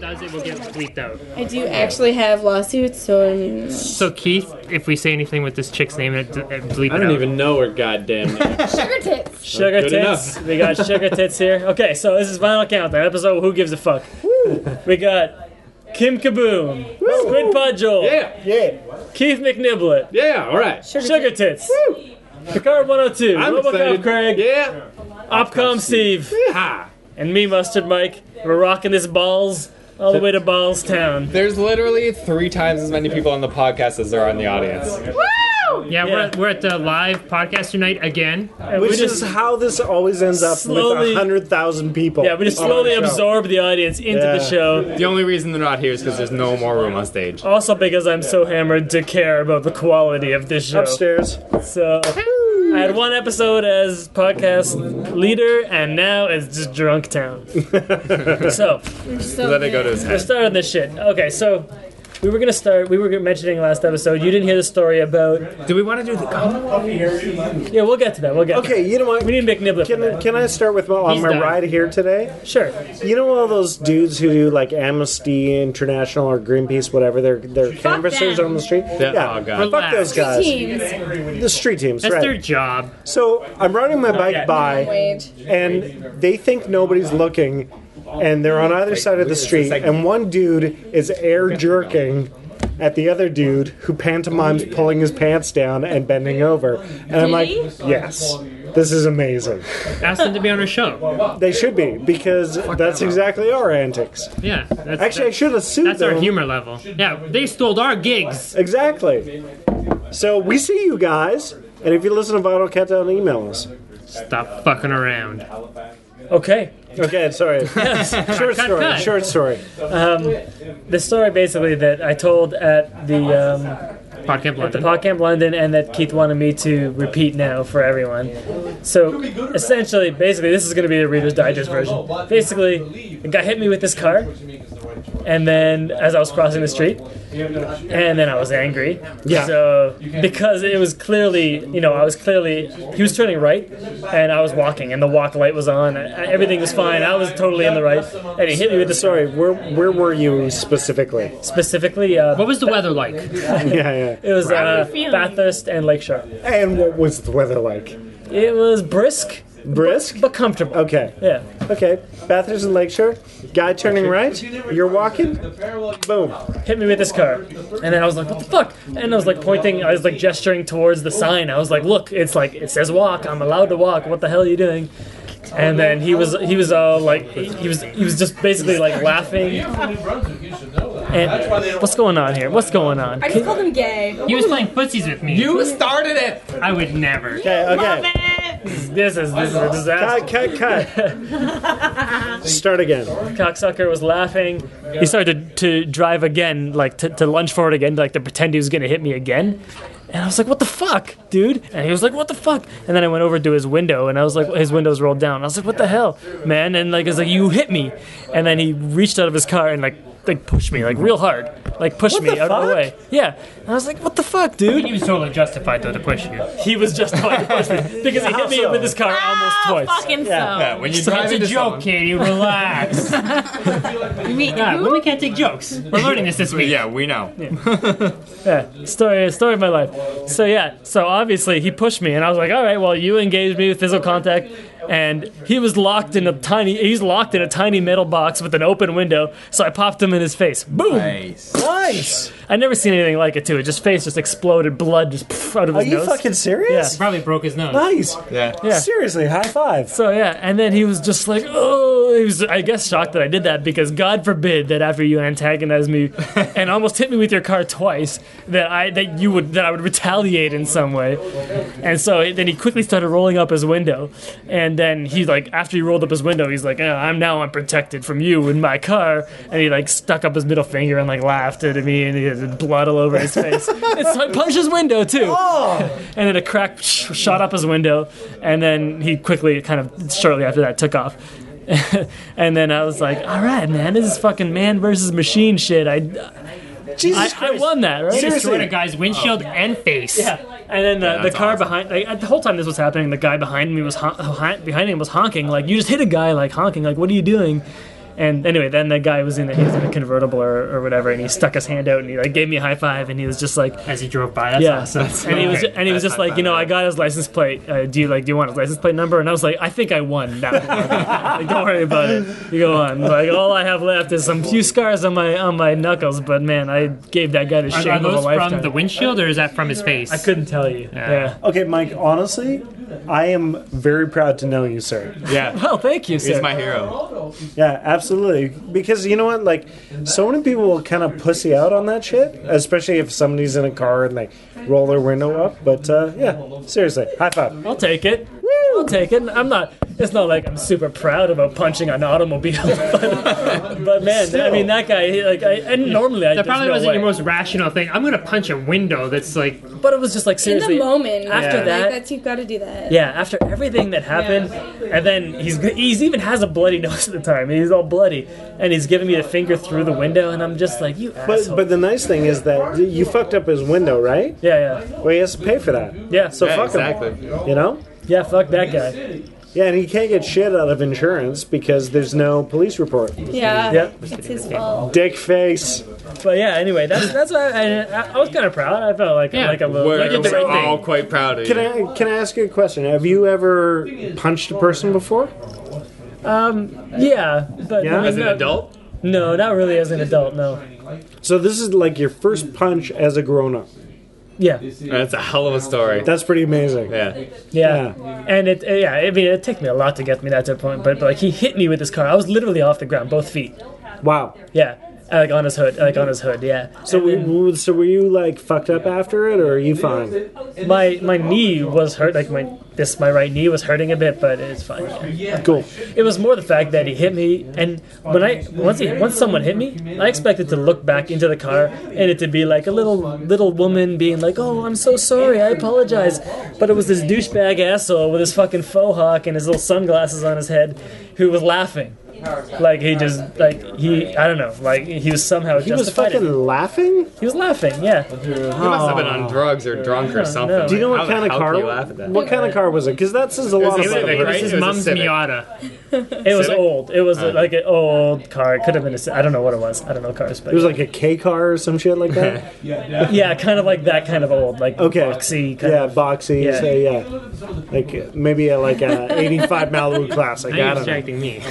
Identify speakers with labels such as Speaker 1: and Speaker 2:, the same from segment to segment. Speaker 1: does, it will get bleeped out.
Speaker 2: I do actually have lawsuits, so I mean,
Speaker 1: So Keith, if we say anything with this chick's name, it, it bleep
Speaker 3: I
Speaker 1: it
Speaker 3: don't
Speaker 1: out.
Speaker 3: even know her goddamn name.
Speaker 2: sugar tits.
Speaker 4: Sugar
Speaker 3: Good
Speaker 4: tits.
Speaker 3: enough.
Speaker 4: We got sugar tits here. Okay, so this is Vinyl Countdown, episode Who Gives a Fuck. we got Kim Kaboom, Squid Pudgel,
Speaker 3: yeah,
Speaker 5: Yeah.
Speaker 4: Keith McNiblet,
Speaker 3: yeah, all right.
Speaker 4: Sugar Tits, Picard 102,
Speaker 3: I'm
Speaker 4: Robocop
Speaker 3: excited.
Speaker 4: Craig,
Speaker 3: Yeah.
Speaker 4: Opcom Steve,
Speaker 3: Ha.
Speaker 4: and me, Mustard Mike. We're rocking this balls all the way to Balls Town.
Speaker 6: There's literally three times as many people on the podcast as there are in the audience.
Speaker 1: yeah, We're,
Speaker 4: Yeah.
Speaker 1: at, we're at the live podcast unite again.
Speaker 4: And we
Speaker 5: Which is how this always ends up
Speaker 4: Slowly-
Speaker 5: with a hundred thousand people.
Speaker 4: yeah, we just
Speaker 5: on
Speaker 4: slowly
Speaker 5: our show.
Speaker 4: absorb the audience into the
Speaker 5: Yeah.
Speaker 4: show.
Speaker 6: The only reason they're not here is because there's no more room on stage.
Speaker 4: Also because I'm so hammered to care about the quality of this show.
Speaker 5: upstairs.
Speaker 4: So I had one episode as podcast leader, and now it's just drunk town. so
Speaker 2: So
Speaker 6: Let it go to his
Speaker 4: let's
Speaker 6: head.
Speaker 4: start on this shit. Okay, so we were gonna start. We were mentioning last episode. You didn't hear the story about.
Speaker 1: Do we want to do the?
Speaker 4: Yeah, we'll get to that. We'll get. To
Speaker 5: Okay, you know what?
Speaker 4: that. We need to McNiblet. For
Speaker 5: Can I,
Speaker 4: that.
Speaker 5: can I start with my, on
Speaker 1: He's
Speaker 5: my
Speaker 1: done.
Speaker 5: ride here today?
Speaker 4: Sure.
Speaker 5: You know all those dudes who do like Amnesty International or Greenpeace, whatever. They're they're canvassers
Speaker 2: them.
Speaker 5: on the street.
Speaker 6: Yeah, oh, God.
Speaker 5: fuck
Speaker 1: Relax.
Speaker 5: those guys.
Speaker 2: teams.
Speaker 5: The street teams,
Speaker 1: That's
Speaker 5: right?
Speaker 1: their job.
Speaker 5: So I'm riding my bike
Speaker 4: yeah.
Speaker 5: by,
Speaker 2: Wage.
Speaker 5: and they think nobody's looking, and they're on either side of the
Speaker 6: it's the
Speaker 5: street,
Speaker 6: second-
Speaker 5: and one dude is air jerking at the other dude who pantomimes pulling his pants down and bending over, and I'm like,
Speaker 2: he?
Speaker 5: yes. This is amazing.
Speaker 1: Ask them to be on our show.
Speaker 5: They should be because that's exactly our antics.
Speaker 1: Yeah. That's,
Speaker 5: Actually, I should have sued
Speaker 1: That's
Speaker 5: them.
Speaker 1: our humor level. Yeah, they stole our gigs.
Speaker 5: Exactly. So we see you guys, and if you listen to Vinyl Countdown, email us.
Speaker 1: Stop fucking around.
Speaker 4: Okay.
Speaker 5: Okay, sorry. Short story.
Speaker 1: cut.
Speaker 5: Short story.
Speaker 4: The story basically that I told at the. Um,
Speaker 1: Podcast
Speaker 4: at the
Speaker 1: London.
Speaker 4: PodCamp London and that Keith wanted me to repeat now for everyone. So essentially, basically, this is going to be the Reader's Digest version. Basically, a guy hit me with this car, and then as I was crossing the street, and then I was angry.
Speaker 5: Yeah.
Speaker 4: So because it was clearly, you know, I was clearly he was turning right, and I was walking, and the walk light was on. I- Everything was fine. I was totally in the right, and he hit me with the
Speaker 5: Sorry, where where were you specifically?
Speaker 4: specifically. Uh,
Speaker 1: What was the weather like?
Speaker 5: Yeah,
Speaker 4: it
Speaker 5: yeah.
Speaker 4: was
Speaker 2: were you
Speaker 4: uh,
Speaker 2: feeling?
Speaker 4: Bathurst and Lakeshore.
Speaker 5: And what was the weather like?
Speaker 4: It was brisk.
Speaker 5: Brisk?
Speaker 4: but comfortable.
Speaker 5: Okay,
Speaker 4: Yeah.
Speaker 5: okay. Bathurst and Lakeshore. Guy turning right. You're walking. Boom.
Speaker 4: Hit me with this car. And then I was like, what the fuck? And I was like pointing, I was like gesturing towards the sign. I was like, look, it's like, it says walk. I'm allowed to walk. What the hell are you doing? And then he was, he was all like, he he was, he was just basically like laughing. And what's going on here? What's going on?
Speaker 2: I just called them gay.
Speaker 1: He was playing footsies with me.
Speaker 6: You started it!
Speaker 1: I would never.
Speaker 5: Okay,
Speaker 2: Love
Speaker 5: okay.
Speaker 2: it.
Speaker 4: This is, this is a disaster.
Speaker 5: Cut, cut, cut. Start again.
Speaker 4: Cocksucker was laughing. He started to, to drive again, like to, to lunge forward again, like to pretend he was going to hit me again. And I was like, what the fuck, dude? And he was like, what the fuck? And then I went over to his window and I was like, his window's rolled down. I was like, what the hell, man? And like, I was like, you hit me. And then he reached out of his car and like, like pushed me, like real hard. Like pushed me
Speaker 5: the
Speaker 4: out of the
Speaker 5: fuck?
Speaker 4: way. Yeah. And I was like, what the fuck, dude?
Speaker 1: He was totally justified though to push you.
Speaker 4: He was just trying to push me because he hit me
Speaker 5: Also-
Speaker 4: with his car almost
Speaker 2: Oh,
Speaker 4: twice.
Speaker 2: fucking
Speaker 6: Yeah,
Speaker 2: so.
Speaker 6: when you drive
Speaker 1: That's a
Speaker 6: into
Speaker 1: joke,
Speaker 6: someone-
Speaker 1: Katie. Relax.
Speaker 2: Me-
Speaker 1: God,
Speaker 2: who?
Speaker 1: women can't take jokes. We're learning this this week.
Speaker 6: Yeah, we know.
Speaker 4: Yeah, story story of my life. So yeah, so obviously he pushed me, and I was like, all right, well you engaged me with physical contact, and he was locked in a tiny he's locked in a tiny metal box with an open window. So I popped him in his face. Boom!
Speaker 6: Nice.
Speaker 5: Nice.
Speaker 4: I never seen anything like it too. It just face just exploded, blood just poof, out of
Speaker 5: Are
Speaker 4: his
Speaker 5: you
Speaker 4: nose.
Speaker 5: fucking serious?
Speaker 1: Probably broke his nose.
Speaker 5: Nice.
Speaker 6: Yeah.
Speaker 4: Yeah.
Speaker 5: Seriously, high five.
Speaker 4: So yeah, and then he was just like, oh, he was I guess shocked that I did that because God forbid that after you antagonized me and almost hit me with your car twice, that I that you would that I would retaliate in some way. And so then he quickly started rolling up his window, and then he like after he rolled up his window, he's like, "Uh, I'm now unprotected from you in my car, and he like stuck up his middle finger and like laughed at me, and he had blood all over his face. and so I punched his window too and then a crack sh- shot up his window, and then he quickly, kind of shortly after that, took off. and then I was like, "All right, man, this is fucking man versus machine shit. I, I,
Speaker 5: Jesus
Speaker 4: I
Speaker 5: Christ.
Speaker 4: won that, right?"
Speaker 1: He destroyed
Speaker 5: Seriously.
Speaker 1: a guy's windshield and face.
Speaker 4: Oh. Yeah. And then the, the
Speaker 6: that's
Speaker 4: car
Speaker 6: awesome.
Speaker 4: behind, like, the whole time this was happening, the guy behind me was hon- hon- behind him was honking, like, "You just hit a guy, like honking, like, what are you doing?" And anyway, then the guy was in a, he was in a convertible or, or whatever, and he stuck his hand out and he like gave me a high five, and he was just like,
Speaker 1: As he drove by, that's
Speaker 4: yeah.
Speaker 1: awesome.
Speaker 4: and he was
Speaker 1: Okay.
Speaker 4: and he was
Speaker 1: That's
Speaker 4: just like, you know, I got his license plate. Uh, do you like do you want his license plate number? And I was like, I think I won. Now like, don't worry about it. You go on. Like all I have left is some few scars on my on my knuckles. But man, I gave that guy the
Speaker 1: Are,
Speaker 4: shame
Speaker 1: are
Speaker 4: of a
Speaker 1: those
Speaker 4: lifetime.
Speaker 1: from the windshield or is that from his face?
Speaker 4: I couldn't tell you.
Speaker 1: Yeah.
Speaker 4: Yeah.
Speaker 5: Okay, Mike, honestly, I am very proud to know you, sir.
Speaker 6: Yeah.
Speaker 4: Well, thank you, sir.
Speaker 6: He's my hero.
Speaker 5: Yeah, absolutely. Because you know what? Like, so many people will kind of pussy out on that shit, especially if somebody's in a car and they roll their window up. But uh, yeah, seriously, high five.
Speaker 4: I'll take it. I'll take it. I'm not. It's not like I'm super proud about punching an automobile, but, but man, I
Speaker 5: Still.
Speaker 4: mean that guy. He, like, I, and normally I
Speaker 1: that
Speaker 4: there's
Speaker 1: probably
Speaker 4: no
Speaker 1: wasn't
Speaker 4: way.
Speaker 1: your most rational thing. I'm gonna punch a window that's like
Speaker 4: But it was just like
Speaker 2: In
Speaker 4: seriously.
Speaker 2: the moment,
Speaker 4: After
Speaker 2: like,
Speaker 4: that-
Speaker 2: that's you've got to do that.
Speaker 4: Yeah, after everything that happened, and then he's he's even has a bloody nose at the time. and He's all bloody, and he's giving me the finger through the window, and I'm just like, you
Speaker 5: But
Speaker 4: asshole.
Speaker 5: but the nice thing is that you fucked up his window, right?
Speaker 4: yeah, yeah,
Speaker 5: Well, he has to pay for that.
Speaker 4: yeah. So
Speaker 5: So
Speaker 6: Yeah,
Speaker 5: fuck
Speaker 6: exactly.
Speaker 5: him. You know?
Speaker 4: yeah, fuck that guy.
Speaker 5: Yeah, and he can't get shit out of insurance because there's no police report.
Speaker 2: Yeah.
Speaker 4: Yeah.
Speaker 2: It's his fault.
Speaker 5: Dick face.
Speaker 4: But yeah, anyway, that's that's why I, I, I was kind of proud. I felt like
Speaker 1: Yeah,
Speaker 4: like a little.
Speaker 6: We're,
Speaker 4: like a
Speaker 1: did the
Speaker 6: we're
Speaker 1: right thing.
Speaker 6: all quite proud of
Speaker 5: Can
Speaker 6: you.
Speaker 5: I can I ask you a question? Have you ever punched a person before?
Speaker 4: Um, yeah, but
Speaker 5: Yeah?
Speaker 4: no,
Speaker 6: As an adult?
Speaker 4: no, not really as an adult. No.
Speaker 5: So this is like your first punch as a grown up.
Speaker 4: Yeah,
Speaker 6: That's a hell of a story.
Speaker 5: That's pretty amazing.
Speaker 6: Yeah.
Speaker 4: yeah,
Speaker 5: Yeah.
Speaker 4: and it yeah. I mean, it took me a lot to get me that to a point, but, but like he hit me with his car. I was literally off the ground, both feet.
Speaker 5: Wow.
Speaker 4: Yeah, like on his hood, like on his hood. Yeah.
Speaker 5: So we, so were you like fucked up after it, or are you fine?
Speaker 4: my my knee was hurt like my this my right knee was hurting a bit but it's fine
Speaker 5: Cool.
Speaker 4: it was more the fact that he hit me and when i once he, once someone hit me i expected to look back into the car and it to be like a little little woman being like oh i'm so sorry i apologize but it was this douchebag asshole with his fucking faux hawk and his little sunglasses on his head who was laughing like he just like he i don't know like he was somehow
Speaker 5: He was
Speaker 4: justified it.
Speaker 5: fucking laughing.
Speaker 4: he was laughing yeah
Speaker 6: He must have been on drugs or drunk or something.
Speaker 5: Do you know
Speaker 6: Like,
Speaker 5: what
Speaker 6: how
Speaker 5: kind
Speaker 6: the
Speaker 5: of
Speaker 6: hell
Speaker 5: car?
Speaker 6: can You laugh at that?
Speaker 5: What kind of car was it? Because that says a lot
Speaker 6: a
Speaker 1: it was,
Speaker 5: about
Speaker 6: Civic,
Speaker 1: it
Speaker 5: it.
Speaker 1: was
Speaker 6: right?
Speaker 1: his
Speaker 6: It was a
Speaker 1: mom's
Speaker 6: Civic.
Speaker 1: Miata.
Speaker 4: It was
Speaker 6: Civic?
Speaker 4: old. It was like an old car. It could have been a. Ci- I don't know what it was. I don't know cars, but
Speaker 5: It was like a K car or some shit like that.
Speaker 4: yeah, kind of like that kind of old, like
Speaker 5: Okay.
Speaker 4: boxy kind
Speaker 5: yeah,
Speaker 4: of.
Speaker 5: boxy.
Speaker 4: Yeah.
Speaker 5: Yeah. So yeah, like uh, maybe a, like a '85 Malibu Classic.
Speaker 1: You're
Speaker 5: I don't know.
Speaker 1: distracting me.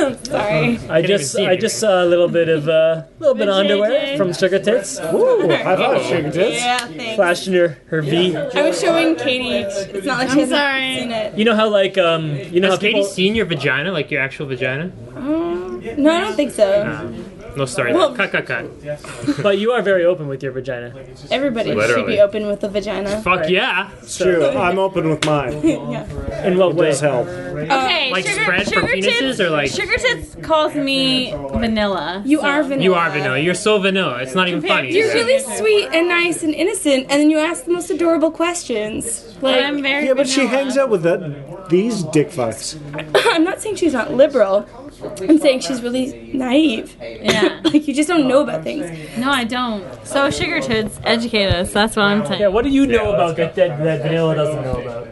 Speaker 2: Sorry.
Speaker 4: I
Speaker 1: Can't
Speaker 4: just
Speaker 1: even see
Speaker 4: I just saw a little bit of a uh, little bit of
Speaker 2: JJ.
Speaker 4: underwear from Sugar Tits
Speaker 5: Ooh, high five, sugar tits.
Speaker 2: Yeah, thanks.
Speaker 4: flashing her her V.
Speaker 2: I was showing Katie. It's not like she hasn't seen it.
Speaker 4: You know how like um you know
Speaker 1: Has
Speaker 4: how people,
Speaker 1: Katie seen your vagina, like your actual vagina?
Speaker 2: Mm, No, I don't think so.
Speaker 1: No, sorry.
Speaker 2: Well-
Speaker 1: cut, cut, cut.
Speaker 4: but you are very open with your vagina.
Speaker 2: Everybody should
Speaker 6: Literally.
Speaker 2: be open with a vagina.
Speaker 1: Fuck yeah.
Speaker 5: It's true. I'm open with mine.
Speaker 2: Yeah.
Speaker 4: In what way?
Speaker 5: Does help.
Speaker 2: Uh,
Speaker 7: Okay,
Speaker 1: Like
Speaker 7: sugar,
Speaker 1: spread for
Speaker 7: sugar
Speaker 1: penises
Speaker 7: tits.
Speaker 1: or like
Speaker 7: Sugar tits calls me vanilla.
Speaker 2: You are vanilla.
Speaker 1: you are vanilla. You're so vanilla. It's not even funny.
Speaker 2: You're really sweet and nice and innocent, and then you ask the most adorable questions. Like,
Speaker 7: I'm very
Speaker 5: Yeah, but she
Speaker 7: vanilla.
Speaker 5: hangs out with that, these dick fucks.
Speaker 2: I'm not saying she's not liberal. I'm saying she's really naive.
Speaker 7: Yeah.
Speaker 2: Like you just don't know about things.
Speaker 7: No, I don't. So sugar tits educate us. That's what I'm saying.
Speaker 4: Yeah, what do you know
Speaker 6: Yeah,
Speaker 4: about that,
Speaker 6: let's
Speaker 4: that that vanilla doesn't know about?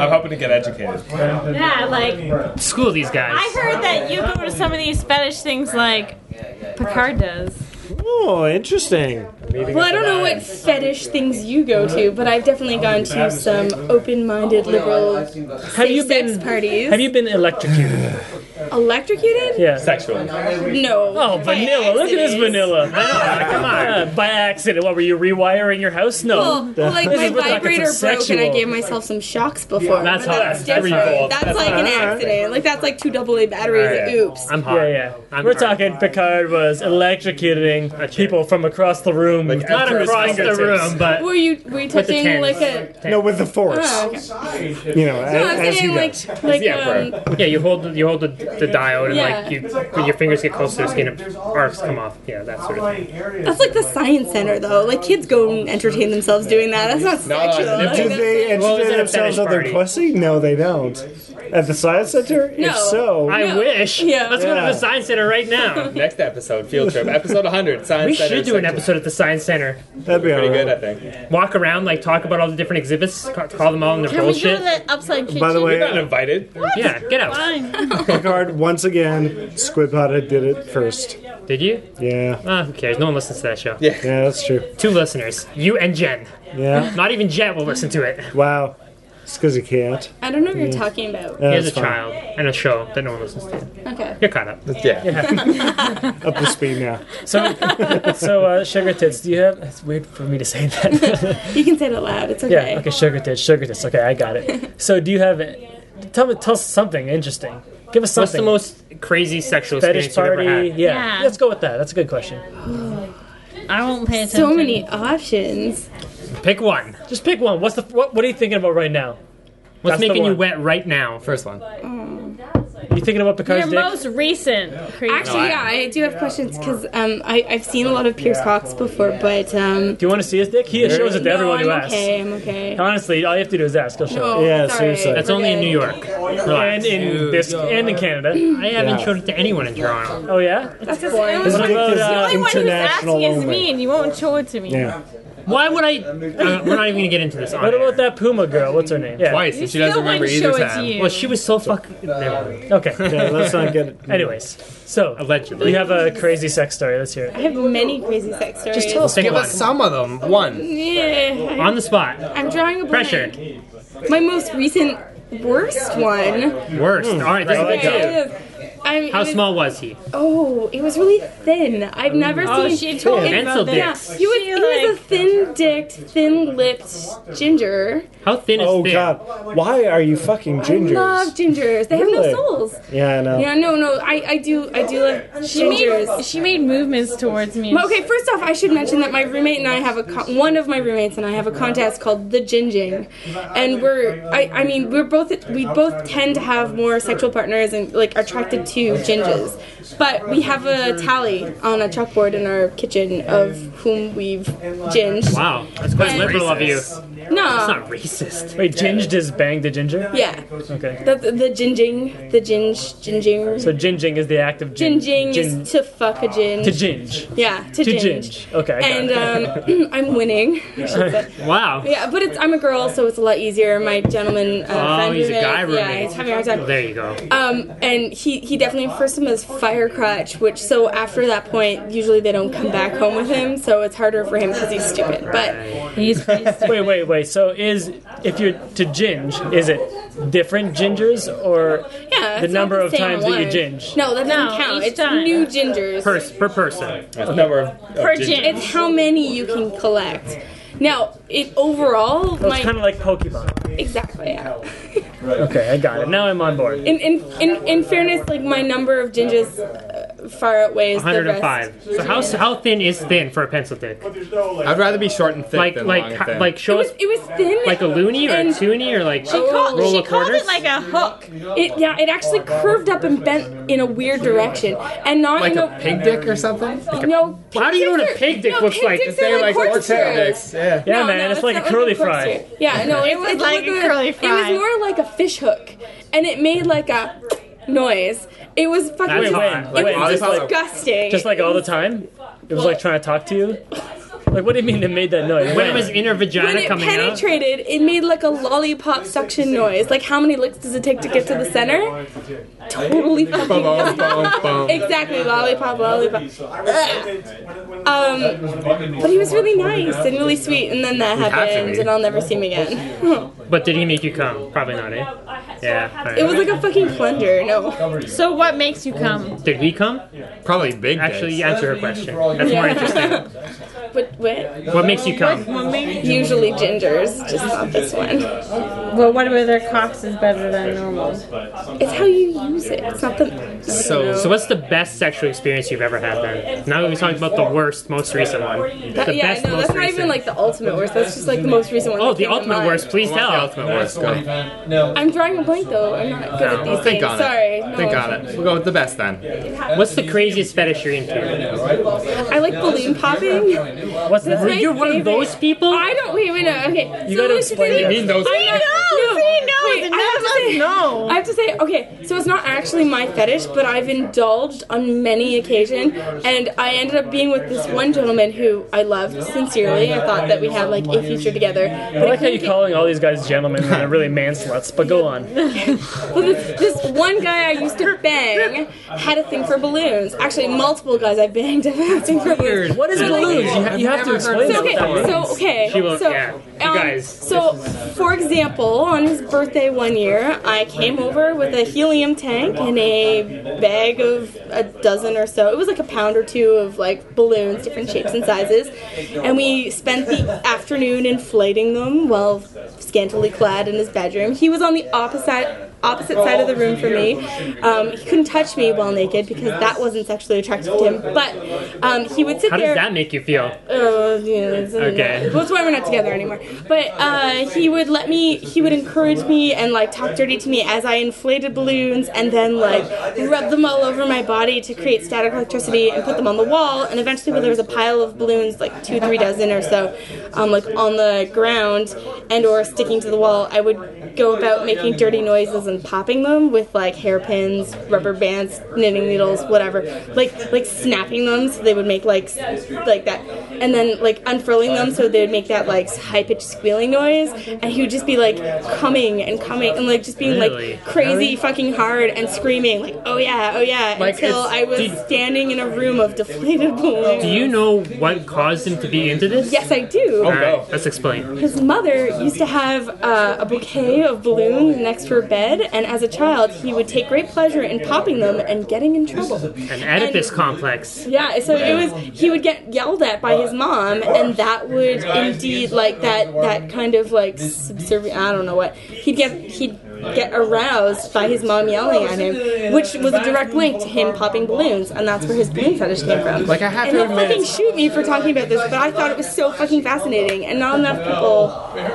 Speaker 6: I'm hoping to get educated.
Speaker 7: Yeah, like
Speaker 1: School these guys.
Speaker 7: I heard that you go to some of these fetish things like Picard does.
Speaker 5: Oh, interesting.
Speaker 2: Well, I don't know what fetish things you go to, but I've definitely gone to some open-minded liberal
Speaker 4: Have you
Speaker 2: sex
Speaker 4: been
Speaker 2: parties.
Speaker 4: have you been electrocuted?
Speaker 2: electrocuted?
Speaker 4: Yeah.
Speaker 6: Sexually.
Speaker 2: No.
Speaker 4: Oh,
Speaker 2: By
Speaker 4: vanilla! Look at this
Speaker 2: accident.
Speaker 4: vanilla. come on. by accident. What were you rewiring your house? No.
Speaker 2: Well, well, like
Speaker 4: This
Speaker 2: my
Speaker 4: is what, like, it's
Speaker 2: vibrator broke and I
Speaker 4: sexual.
Speaker 2: gave myself some shocks before.
Speaker 1: that's
Speaker 2: but
Speaker 1: hot.
Speaker 2: That's
Speaker 1: That's
Speaker 2: different.
Speaker 1: revolt.
Speaker 2: That's, like an
Speaker 5: hot.
Speaker 2: accident. Like that's like two AA batteries.
Speaker 6: Alright.
Speaker 2: Oops.
Speaker 1: I'm hot.
Speaker 4: Yeah, yeah.
Speaker 1: I'm
Speaker 4: We're
Speaker 1: hard.
Speaker 4: talking Picard was electrocuting people from across the room. with
Speaker 1: Not
Speaker 6: Not
Speaker 4: his
Speaker 1: across the
Speaker 4: fingertips.
Speaker 1: room, but
Speaker 2: Were you were you
Speaker 1: the
Speaker 2: touching
Speaker 1: tens.
Speaker 2: like a?
Speaker 5: No, with the force.
Speaker 6: Ah,
Speaker 2: Oh, okay.
Speaker 5: You know,
Speaker 2: No, I'm
Speaker 5: as
Speaker 2: saying
Speaker 5: you guys.
Speaker 2: like like
Speaker 6: Yeah,
Speaker 2: um,
Speaker 6: bro.
Speaker 1: yeah, you hold the, you hold the, the diode
Speaker 2: Yeah.
Speaker 1: and like you, your fingers get close to the skin, and arcs come off. Yeah, that sort of thing.
Speaker 2: That's like the science center, though. Like kids go and entertain themselves doing that. That's not
Speaker 6: No,
Speaker 2: sexual.
Speaker 6: no,
Speaker 2: Like,
Speaker 5: Do
Speaker 2: that's-
Speaker 5: they
Speaker 1: Well, is
Speaker 5: entertain
Speaker 1: it a
Speaker 5: themselves
Speaker 1: fetish
Speaker 5: on their
Speaker 1: party?
Speaker 5: pussy? No, they don't. At the science center?
Speaker 2: No.
Speaker 5: If so,
Speaker 1: I
Speaker 2: No.
Speaker 1: wish.
Speaker 2: Yeah.
Speaker 1: Let's go to
Speaker 5: Yeah.
Speaker 1: the Science Center right now.
Speaker 6: Next episode, field trip, episode 100. Science
Speaker 1: we should
Speaker 6: Center
Speaker 1: do an
Speaker 6: Center.
Speaker 1: episode at the Science Center.
Speaker 5: that'd be
Speaker 6: Pretty
Speaker 5: all
Speaker 6: good, I
Speaker 5: right.
Speaker 6: think.
Speaker 1: Walk around, like talk about all the different exhibits, ca- call them all and their
Speaker 7: Can we go to
Speaker 1: bullshit.
Speaker 7: the upside kitchen?
Speaker 5: By the way,
Speaker 6: Not invited.
Speaker 1: Yeah, get out.
Speaker 7: Fine.
Speaker 5: Picard once again, Squidpot did it first.
Speaker 1: Did you?
Speaker 5: Yeah,
Speaker 1: Uh, who cares? No one listens to that show.
Speaker 6: Yeah.
Speaker 5: yeah, that's true.
Speaker 1: Two listeners, you and Jen.
Speaker 5: Yeah,
Speaker 1: Not even Jen will listen to it.
Speaker 5: wow. It's because he can't.
Speaker 2: I don't know what you're talking about.
Speaker 5: Yeah,
Speaker 1: He has a
Speaker 5: it's fine.
Speaker 1: child and a show that no one listens to.
Speaker 2: Okay.
Speaker 1: You're caught up.
Speaker 6: Yeah.
Speaker 5: Up to speed now.
Speaker 4: So, so uh, sugar tits. Do you have? It's weird for me to say that.
Speaker 2: You can say it out loud. It's okay.
Speaker 4: yeah. Okay. Sugar tits. Sugar tits. Okay, I got it. So, do you have? Tell me. Tell us something interesting. Give us something.
Speaker 1: What's the most crazy sexual
Speaker 4: fetish
Speaker 1: experience you've
Speaker 4: party?
Speaker 1: ever had?
Speaker 4: Yeah.
Speaker 7: Yeah.
Speaker 4: Let's go with that. That's a good question.
Speaker 7: I won't pay attention.
Speaker 2: So many options.
Speaker 1: Pick one.
Speaker 4: Just pick one. What's the? What, what are you thinking about right now?
Speaker 1: What's
Speaker 4: That's the
Speaker 1: making you
Speaker 4: one.
Speaker 1: wet right now?
Speaker 6: First one.
Speaker 4: You thinking about Picard's
Speaker 7: Your
Speaker 4: dick?
Speaker 7: most recent. creep.
Speaker 2: Actually, yeah, I do have questions because um, I- I've seen a lot of Pierce Cox before, but um,
Speaker 4: do you want to see his dick? He shows it to everyone
Speaker 2: no,
Speaker 4: who
Speaker 2: I'm
Speaker 4: asks.
Speaker 2: okay. I'm okay.
Speaker 4: Honestly, all you have to do is ask. He'll show
Speaker 2: Oh,
Speaker 5: Yeah,
Speaker 2: sorry.
Speaker 5: seriously.
Speaker 1: That's
Speaker 2: We're
Speaker 1: only in
Speaker 2: good.
Speaker 1: New York.
Speaker 4: it.
Speaker 1: Relax.
Speaker 4: And in this, and in Canada.
Speaker 1: I haven't
Speaker 5: Yeah.
Speaker 1: showed it to anyone in Toronto.
Speaker 4: Oh yeah.
Speaker 2: That's just boring.
Speaker 4: What about
Speaker 7: The
Speaker 4: uh,
Speaker 7: only one who's
Speaker 5: International
Speaker 7: asking is
Speaker 5: only.
Speaker 7: me, and you won't show it to me.
Speaker 5: Yeah.
Speaker 1: Why would I? Uh, we're not even gonna get into this. On
Speaker 4: what
Speaker 1: air.
Speaker 4: about that Puma girl? What's her name? Yeah.
Speaker 6: Twice, and she doesn't
Speaker 7: Still
Speaker 6: remember
Speaker 7: wouldn't
Speaker 6: either
Speaker 7: show it
Speaker 6: time.
Speaker 7: to you.
Speaker 1: Well, she was so fucking. never mind.
Speaker 4: Okay.
Speaker 5: Yeah, let's not get it.
Speaker 4: Anyways, so
Speaker 1: Allegedly.
Speaker 4: you have a crazy sex story. Let's hear it.
Speaker 2: I have many crazy sex stories.
Speaker 4: Just tell us
Speaker 1: Pick
Speaker 4: one.
Speaker 1: one.
Speaker 6: some of them. One.
Speaker 2: Yeah,
Speaker 1: On the spot.
Speaker 2: I'm drawing a blank.
Speaker 1: Pressure.
Speaker 2: My most recent worst one.
Speaker 1: Worst.
Speaker 6: Hmm.
Speaker 1: All right, this is a big deal.
Speaker 2: Yeah. I mean, it
Speaker 1: How
Speaker 2: was-
Speaker 1: small was he?
Speaker 2: Oh, it was really thin. I've never
Speaker 7: Oh,
Speaker 2: seen.
Speaker 7: she told me
Speaker 1: Pencil
Speaker 7: about this.
Speaker 1: dicks.
Speaker 2: He was,
Speaker 7: She
Speaker 2: he was a
Speaker 7: like-
Speaker 2: thin-dicked, thin-lipped ginger.
Speaker 1: How thin is
Speaker 5: Oh
Speaker 1: thin?
Speaker 5: God! Why are you fucking
Speaker 2: I love
Speaker 5: gingers?
Speaker 2: gingers. They
Speaker 5: Really?
Speaker 2: have no souls.
Speaker 5: Yeah, I know.
Speaker 2: Yeah, no, no. I, I do I do love
Speaker 7: She made,
Speaker 2: gingers.
Speaker 7: she made movements towards me.
Speaker 2: But okay, first off, I should mention that my roommate and I have a con- one of my roommates and I have a contest called the ginging, and we're I, I mean we're both we both tend to have more sexual partners and like are attracted to gingers, but we have a tally on a chalkboard in our kitchen of whom we've ginged.
Speaker 1: Wow, that's quite liberal of you. It's
Speaker 2: No,
Speaker 1: not racist.
Speaker 4: Wait, ginged is bang the ginger?
Speaker 2: yeah,
Speaker 4: Okay.
Speaker 2: the the, the ginging, the ginge, ginging.
Speaker 4: So ginging is the act of gin-
Speaker 2: Ginging
Speaker 4: gin-
Speaker 2: is to fuck a ginge.
Speaker 4: to ginge.
Speaker 2: Yeah, to,
Speaker 4: To
Speaker 2: ginge.
Speaker 4: ginge. Okay. I got
Speaker 2: And
Speaker 4: it.
Speaker 2: um, I'm winning. I should say.
Speaker 1: Wow.
Speaker 2: Yeah, but it's I'm a girl, so it's a lot easier. My gentleman uh,
Speaker 1: Oh,
Speaker 2: friend
Speaker 1: he's a
Speaker 2: roommate,
Speaker 1: guy
Speaker 2: yeah,
Speaker 1: roommate.
Speaker 2: he's having a hard time.
Speaker 1: There you go.
Speaker 2: Um, and he he definitely refers to him as fire crotch, which so after that point, usually they don't come back home with him, so it's harder for him because he's stupid. But
Speaker 7: He's pretty stupid.
Speaker 4: Wait, wait, wait. So is if you're to ginge, is it different gingers or
Speaker 2: yeah, it's
Speaker 4: the
Speaker 2: not
Speaker 4: number of
Speaker 2: same
Speaker 4: times that you
Speaker 2: one.
Speaker 4: ginge?
Speaker 2: No, that doesn't
Speaker 7: No,
Speaker 2: count.
Speaker 7: each
Speaker 2: It's
Speaker 7: time.
Speaker 2: new gingers.
Speaker 1: Pers- per person.
Speaker 6: That's the number of. of
Speaker 7: Per
Speaker 6: gingers.
Speaker 7: gin.
Speaker 2: It's how many you can collect. Now, it overall,
Speaker 4: It's
Speaker 2: my
Speaker 4: kind of like Pokemon.
Speaker 2: exactly. Yeah.
Speaker 4: Okay, I got it. Now I'm on board.
Speaker 2: In, in, in, in fairness, like my number of gingers uh, far outweighs the rest.
Speaker 1: 105. So how how thin is thin for a pencil dick?
Speaker 6: I'd rather be short and thick
Speaker 1: Like
Speaker 6: than long
Speaker 1: like
Speaker 6: and thin.
Speaker 1: like
Speaker 2: It
Speaker 1: show
Speaker 2: was
Speaker 1: us
Speaker 2: it was thin.
Speaker 1: like a loony or a
Speaker 2: and Oh.
Speaker 1: toonie or like
Speaker 2: She called-
Speaker 1: roll
Speaker 2: she
Speaker 1: of
Speaker 7: She called
Speaker 1: quarters.
Speaker 7: it like a hook.
Speaker 2: it, yeah, it actually curved up and bent in a weird direction, and not
Speaker 6: like
Speaker 2: in
Speaker 6: a pig dick or something.
Speaker 2: No,
Speaker 1: How do you know what a
Speaker 2: pig
Speaker 1: pig dick
Speaker 2: no,
Speaker 1: looks
Speaker 2: pig
Speaker 1: like?
Speaker 2: Dicks
Speaker 6: They're
Speaker 2: are like
Speaker 6: like quarter
Speaker 2: corkscrews.
Speaker 6: dicks. Yeah.
Speaker 4: Yeah,
Speaker 2: No,
Speaker 4: man,
Speaker 2: no,
Speaker 4: it's like a
Speaker 2: not
Speaker 4: curly
Speaker 2: corkscrew.
Speaker 4: fry.
Speaker 2: Yeah, no, it was
Speaker 7: was like a curly
Speaker 2: It
Speaker 7: fry.
Speaker 2: was more like a fish hook, and it made like a noise. It was fucking.
Speaker 1: That's
Speaker 4: hot.
Speaker 2: It
Speaker 4: Like
Speaker 2: was
Speaker 6: lollipop?
Speaker 2: disgusting.
Speaker 4: Just like all the time, it was like trying to talk to you. Like, what do you mean it made that noise?
Speaker 1: When it was inner
Speaker 2: when
Speaker 1: vagina
Speaker 2: it
Speaker 1: coming out.
Speaker 2: penetrated, it made like a lollipop suction noise. Like how many licks does it take to get to the center? Totally fucking
Speaker 6: Boom, boom, boom.
Speaker 2: exactly lollipop, lollipop. Ugh. Um, but he was really nice and really sweet, and then that
Speaker 6: have to
Speaker 2: happened,
Speaker 6: be.
Speaker 2: and I'll never see him again.
Speaker 1: But did he make you come? Probably not, eh? Yeah. all right.
Speaker 2: It was like a fucking plunger. No,
Speaker 7: So what makes you come?
Speaker 1: Did we come?
Speaker 6: Probably big.
Speaker 1: Actually,
Speaker 6: dicks.
Speaker 1: answer her question. That's more
Speaker 2: Yeah.
Speaker 1: interesting.
Speaker 2: but what?
Speaker 1: What makes you come?
Speaker 2: Usually gingers, just not this one.
Speaker 7: Well, what about their cocks is better than normal?
Speaker 2: It's how you use it. It's not the.
Speaker 6: So,
Speaker 1: So what's the best sexual experience you've ever had then? Now that we talked about the worst, most recent one. The
Speaker 2: yeah,
Speaker 1: best,
Speaker 2: no,
Speaker 1: most
Speaker 2: that's not even
Speaker 1: recent.
Speaker 2: like the ultimate worst. That's just like the most recent one.
Speaker 1: Oh,
Speaker 2: that
Speaker 1: the
Speaker 2: came to
Speaker 1: ultimate
Speaker 2: mind.
Speaker 1: worst. Please
Speaker 6: I want the
Speaker 1: tell.
Speaker 6: ultimate worst. Go.
Speaker 2: I'm drawing a blank though. I'm not good at these
Speaker 6: No, think
Speaker 2: things.
Speaker 6: on
Speaker 2: Sorry.
Speaker 6: it.
Speaker 2: No.
Speaker 6: Think on it. We'll go with the best then.
Speaker 1: What's the craziest fetish you're into?
Speaker 2: I like balloon popping.
Speaker 4: What's that?
Speaker 2: my
Speaker 1: You're one of
Speaker 2: favorite.
Speaker 1: those people.
Speaker 2: I don't wait, wait, no. Okay. You
Speaker 4: gotta explain
Speaker 6: You mean those
Speaker 2: I know.
Speaker 7: He knows, he knows,
Speaker 2: Wait,
Speaker 7: and
Speaker 2: I
Speaker 7: that's
Speaker 2: have say,
Speaker 8: no.
Speaker 2: I have to say, okay, so it's not actually my fetish, but I've indulged on many occasions, and I ended up being with this one gentleman who I loved sincerely. I thought that we had like a future together. But
Speaker 4: I like how you're calling all these guys gentlemen and they're really man sluts, but go on.
Speaker 2: Well, this, this one guy I used to bang had a thing for balloons. Actually, multiple guys I banged had a thing for balloons.
Speaker 4: What is
Speaker 2: So, like,
Speaker 4: balloons? You, ha- you have to explain
Speaker 2: So okay,
Speaker 4: that.
Speaker 2: so okay,
Speaker 1: She will-
Speaker 2: so
Speaker 1: yeah, you
Speaker 2: um,
Speaker 1: guys.
Speaker 2: So, for example, on his birthday one year, I came over with a helium tank and a bag of a dozen or so. It was like a pound or two of like balloons, different shapes and sizes, and we spent the afternoon inflating them while scantily clad in his bedroom. He was on the opposite opposite side of the room for me. Um, he couldn't touch me while naked because that wasn't sexually attractive to him. But um, he would sit
Speaker 1: How
Speaker 2: there.
Speaker 1: does that make you feel?
Speaker 2: Oh, yeah, it's-
Speaker 1: Okay.
Speaker 2: Well, that's why we're not together anymore. But uh, he would let me, he would encourage me and like talk dirty to me as I inflated balloons and then like rub them all over my body to create static electricity and put them on the wall. And eventually, when there was a pile of balloons, like two, three dozen or so, um, like on the ground and or sticking to the wall, I would go about making dirty noises and popping them with like hairpins, rubber bands, knitting needles, whatever. Like like snapping them so they would make like s- like that, and then like unfurling them so they would make that like high pitched squealing noise, and he would just be like coming and coming and like just being
Speaker 1: Really?
Speaker 2: like crazy fucking hard and screaming like oh yeah oh yeah
Speaker 1: Like,
Speaker 2: until
Speaker 1: it's-
Speaker 2: I was
Speaker 1: did-
Speaker 2: standing in a room of deflated balloons.
Speaker 1: Do you Oh, know what caused him to be into this?
Speaker 2: Yes, I do.
Speaker 1: All right, let's explain.
Speaker 2: His mother used to have uh, a bouquet of balloons next to her bed, and as a child, he would take great pleasure in popping them and getting in trouble.
Speaker 1: An Oedipus complex.
Speaker 2: Yeah, so it was he would get yelled at by his mom, and that would indeed like that that kind of like subservient. I don't know what he'd get he'd get aroused by his mom yelling at him, which was a direct link to him popping balloons, and that's where his balloon fetish came from.
Speaker 6: Like, I have
Speaker 2: and
Speaker 6: to
Speaker 2: he'll
Speaker 6: admit-
Speaker 2: fucking shoot me for talking about this, but I thought it was so fucking fascinating, and not enough people.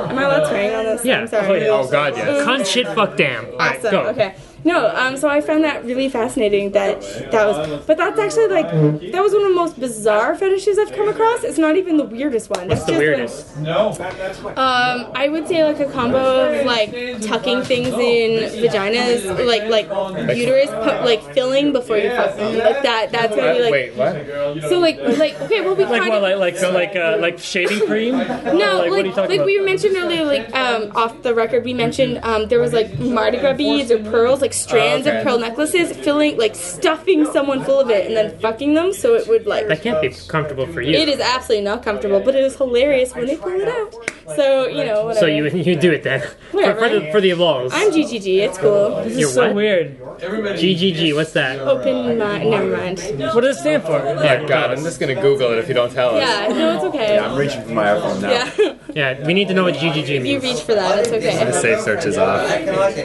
Speaker 2: Am I allowed swearing on this?
Speaker 1: Yeah.
Speaker 2: I'm sorry.
Speaker 6: Oh god, yes.
Speaker 1: Cunt shit fuck damn.
Speaker 2: Awesome.
Speaker 1: go.
Speaker 2: Okay. No, um, so I found that really fascinating that that was, but that's actually like, that was one of the most bizarre fetishes I've come across. It's not even the weirdest one. That's
Speaker 1: What's the
Speaker 2: just
Speaker 1: weirdest?
Speaker 2: Like, um, I would say like a combo of like tucking things in vaginas, like like uterus, pu- like filling before you fuck them. Like that. That's gonna be like.
Speaker 6: Wait, what?
Speaker 2: So like like okay, well we
Speaker 4: Like
Speaker 2: kind
Speaker 4: what?
Speaker 2: of
Speaker 4: Like like like uh, like shaving cream?
Speaker 2: no,
Speaker 4: Like, what are
Speaker 2: like
Speaker 4: you
Speaker 2: like,
Speaker 4: talking about? Mm-hmm.
Speaker 2: we mentioned earlier, like um, off the record, we mentioned um, there was like Mardi Gras beads or pearls, like strands
Speaker 6: okay.
Speaker 2: of pearl necklaces, filling like stuffing someone full of it and then fucking them, so it would like.
Speaker 1: That can't be comfortable for you.
Speaker 2: It is absolutely not comfortable, but it is hilarious when they pull it out. So you know whatever.
Speaker 1: So you you do it then. For, for the for the lols.
Speaker 2: I'm GGG. It's cool.
Speaker 1: You're
Speaker 4: It's so
Speaker 1: what?
Speaker 4: weird.
Speaker 1: GGG. What's that?
Speaker 2: Open my. Never mind.
Speaker 4: What does it stand for?
Speaker 6: Oh my god, I'm just gonna Google it if you don't tell us.
Speaker 2: Yeah, no, it's okay.
Speaker 9: I'm reaching for my iPhone now.
Speaker 2: Yeah,
Speaker 1: Yeah, we need to know what GGG
Speaker 2: you
Speaker 1: means.
Speaker 2: reach for that. It's
Speaker 6: The
Speaker 2: okay.
Speaker 6: safe search is off.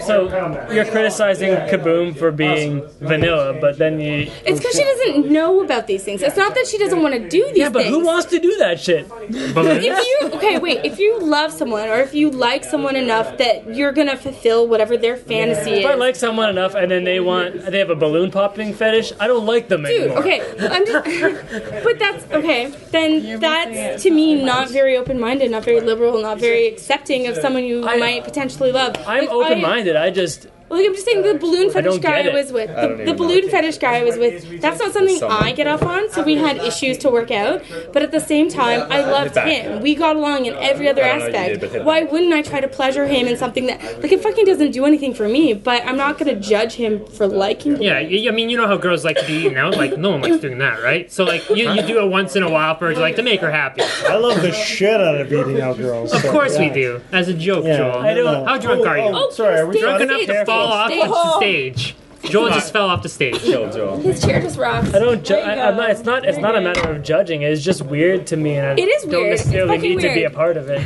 Speaker 4: So you're criticizing Kaboom for being vanilla, but then you.
Speaker 2: It's because she doesn't know about these things. It's not that she doesn't want to do these
Speaker 4: Yeah, but who
Speaker 2: things.
Speaker 4: wants to do that shit?
Speaker 1: Balloons.
Speaker 2: if you okay wait if you love someone or if you like someone enough that you're gonna fulfill whatever their fantasy
Speaker 4: If I
Speaker 2: is
Speaker 4: like someone enough and then they want they have a balloon popping fetish, I don't like them
Speaker 2: dude
Speaker 4: anymore.
Speaker 2: okay i'm just but that's okay then that's to me not very open-minded not very liberal not very accepting of someone you
Speaker 4: I-
Speaker 2: might potentially love
Speaker 4: I'm
Speaker 2: Like, I-
Speaker 4: open-minded. I just
Speaker 2: Like I'm just saying, the balloon fetish
Speaker 4: don't
Speaker 2: guy
Speaker 4: get
Speaker 2: I
Speaker 4: it.
Speaker 2: was with,
Speaker 6: don't
Speaker 2: the,
Speaker 6: even
Speaker 2: the
Speaker 6: know
Speaker 2: balloon fetish guy I was with, that's not something
Speaker 6: Someone.
Speaker 2: I get off on. So we had issues to work out, but at the same time, I loved
Speaker 6: back.
Speaker 2: him. We got along in every other
Speaker 6: I don't know what you
Speaker 2: aspect.
Speaker 6: did, but hit
Speaker 2: Why wouldn't I try to pleasure him in something that, like, it fucking doesn't do anything for me? But I'm not gonna judge him for liking.
Speaker 1: Yeah, y- I mean, you know how girls like to be eaten out. Like, no one likes doing that, right? So, like, you, you do it once in a while for like to make her happy.
Speaker 5: I love the shit out of eating out girls.
Speaker 1: Of course we do, as a joke,
Speaker 5: Yeah.
Speaker 1: Joel.
Speaker 5: I don't-
Speaker 1: How drunk are you?
Speaker 5: Oh,
Speaker 2: Oh,
Speaker 5: sorry, are we
Speaker 2: Steve,
Speaker 1: drunk
Speaker 5: drunk
Speaker 1: enough to
Speaker 2: Steve,
Speaker 1: fall off
Speaker 2: Steve.
Speaker 1: the stage. Joel just fell off the stage.
Speaker 6: Kill Joel.
Speaker 2: His chair just rocks.
Speaker 4: I don't. Ju- I, I'm not, it's not. It's not a matter of judging. It's just weird to me, and I
Speaker 2: It is
Speaker 4: don't
Speaker 2: weird. It's
Speaker 4: necessarily
Speaker 2: fucking
Speaker 4: need to be a
Speaker 2: weird.
Speaker 4: part of it.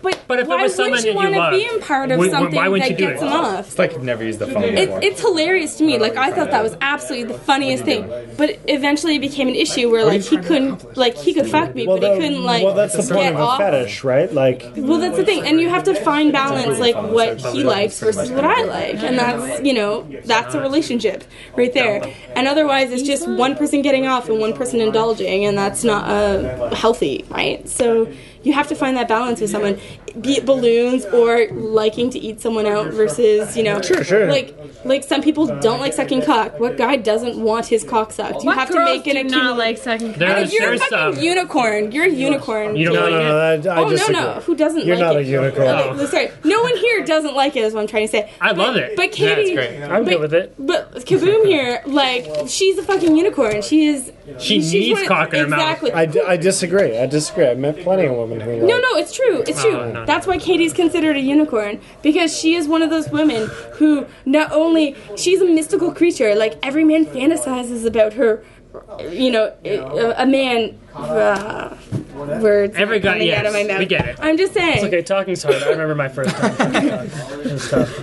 Speaker 2: But,
Speaker 1: But if it
Speaker 2: why
Speaker 1: was someone
Speaker 2: wouldn't you
Speaker 1: that you
Speaker 2: want to be
Speaker 1: loved,
Speaker 2: in part of
Speaker 1: why- why
Speaker 2: something
Speaker 1: wouldn't
Speaker 2: that
Speaker 1: you do
Speaker 2: gets
Speaker 1: it?
Speaker 2: him off?
Speaker 6: It's like you've never used the phone
Speaker 2: It,
Speaker 6: before.
Speaker 2: it's hilarious to me. Like I thought that was absolutely the funniest thing, but it eventually became an issue where like he couldn't, like he could fuck me, but
Speaker 5: that-
Speaker 2: he couldn't like
Speaker 5: well, that's the
Speaker 2: get
Speaker 5: point of a
Speaker 2: off.
Speaker 5: fetish, right? Like,
Speaker 2: Well, that's the thing, and you have to find balance, like what he likes versus what I like, and that's you know that's a relationship right there. And otherwise, it's just one person getting off and one person indulging, and that's not uh, healthy, right? So you have to find that balance with someone, be it balloons or liking to eat someone out versus you know,
Speaker 5: Sure, sure.
Speaker 2: Like like some people don't like sucking cock. What guy doesn't want his cock sucked? You
Speaker 7: What
Speaker 2: have to
Speaker 7: girls
Speaker 2: make an
Speaker 7: do
Speaker 2: accumul-
Speaker 7: not like second
Speaker 1: There-
Speaker 7: cock?
Speaker 1: There's-
Speaker 2: You're a
Speaker 1: there's
Speaker 2: fucking
Speaker 1: some.
Speaker 2: unicorn. You're a unicorn.
Speaker 1: You don't
Speaker 5: No,
Speaker 1: like
Speaker 5: no,
Speaker 1: it?
Speaker 5: no. I, I
Speaker 2: oh
Speaker 5: disagree.
Speaker 2: no no! Who doesn't?
Speaker 5: You're
Speaker 2: like
Speaker 5: not
Speaker 2: it?
Speaker 5: a unicorn.
Speaker 2: Okay, let's- sorry, no one here doesn't like it. Is what I'm trying to say.
Speaker 1: I
Speaker 2: But-
Speaker 1: love it.
Speaker 2: But
Speaker 1: Yeah, it's
Speaker 2: Katie,
Speaker 1: great.
Speaker 4: I'm good with it.
Speaker 2: but Kaboom here, like she's a fucking unicorn. She is.
Speaker 1: She
Speaker 2: she's
Speaker 1: needs
Speaker 2: one-
Speaker 1: cock in her mouth.
Speaker 2: exactly.
Speaker 5: I, di- I disagree. I disagree. I met plenty of women who.
Speaker 2: No, no, it's true. It's true.
Speaker 1: no, no.
Speaker 2: That's why Katie's considered a unicorn because she is one of those women who not only she's a mystical creature. Like every man fantasizes about her. You know, a, a man. Uh, words
Speaker 1: Every guy-
Speaker 2: coming
Speaker 1: yes,
Speaker 2: out of my mouth.
Speaker 1: we get it.
Speaker 2: I'm just saying.
Speaker 4: Okay, talking's hard. I remember my first time. talking cock. It was tough.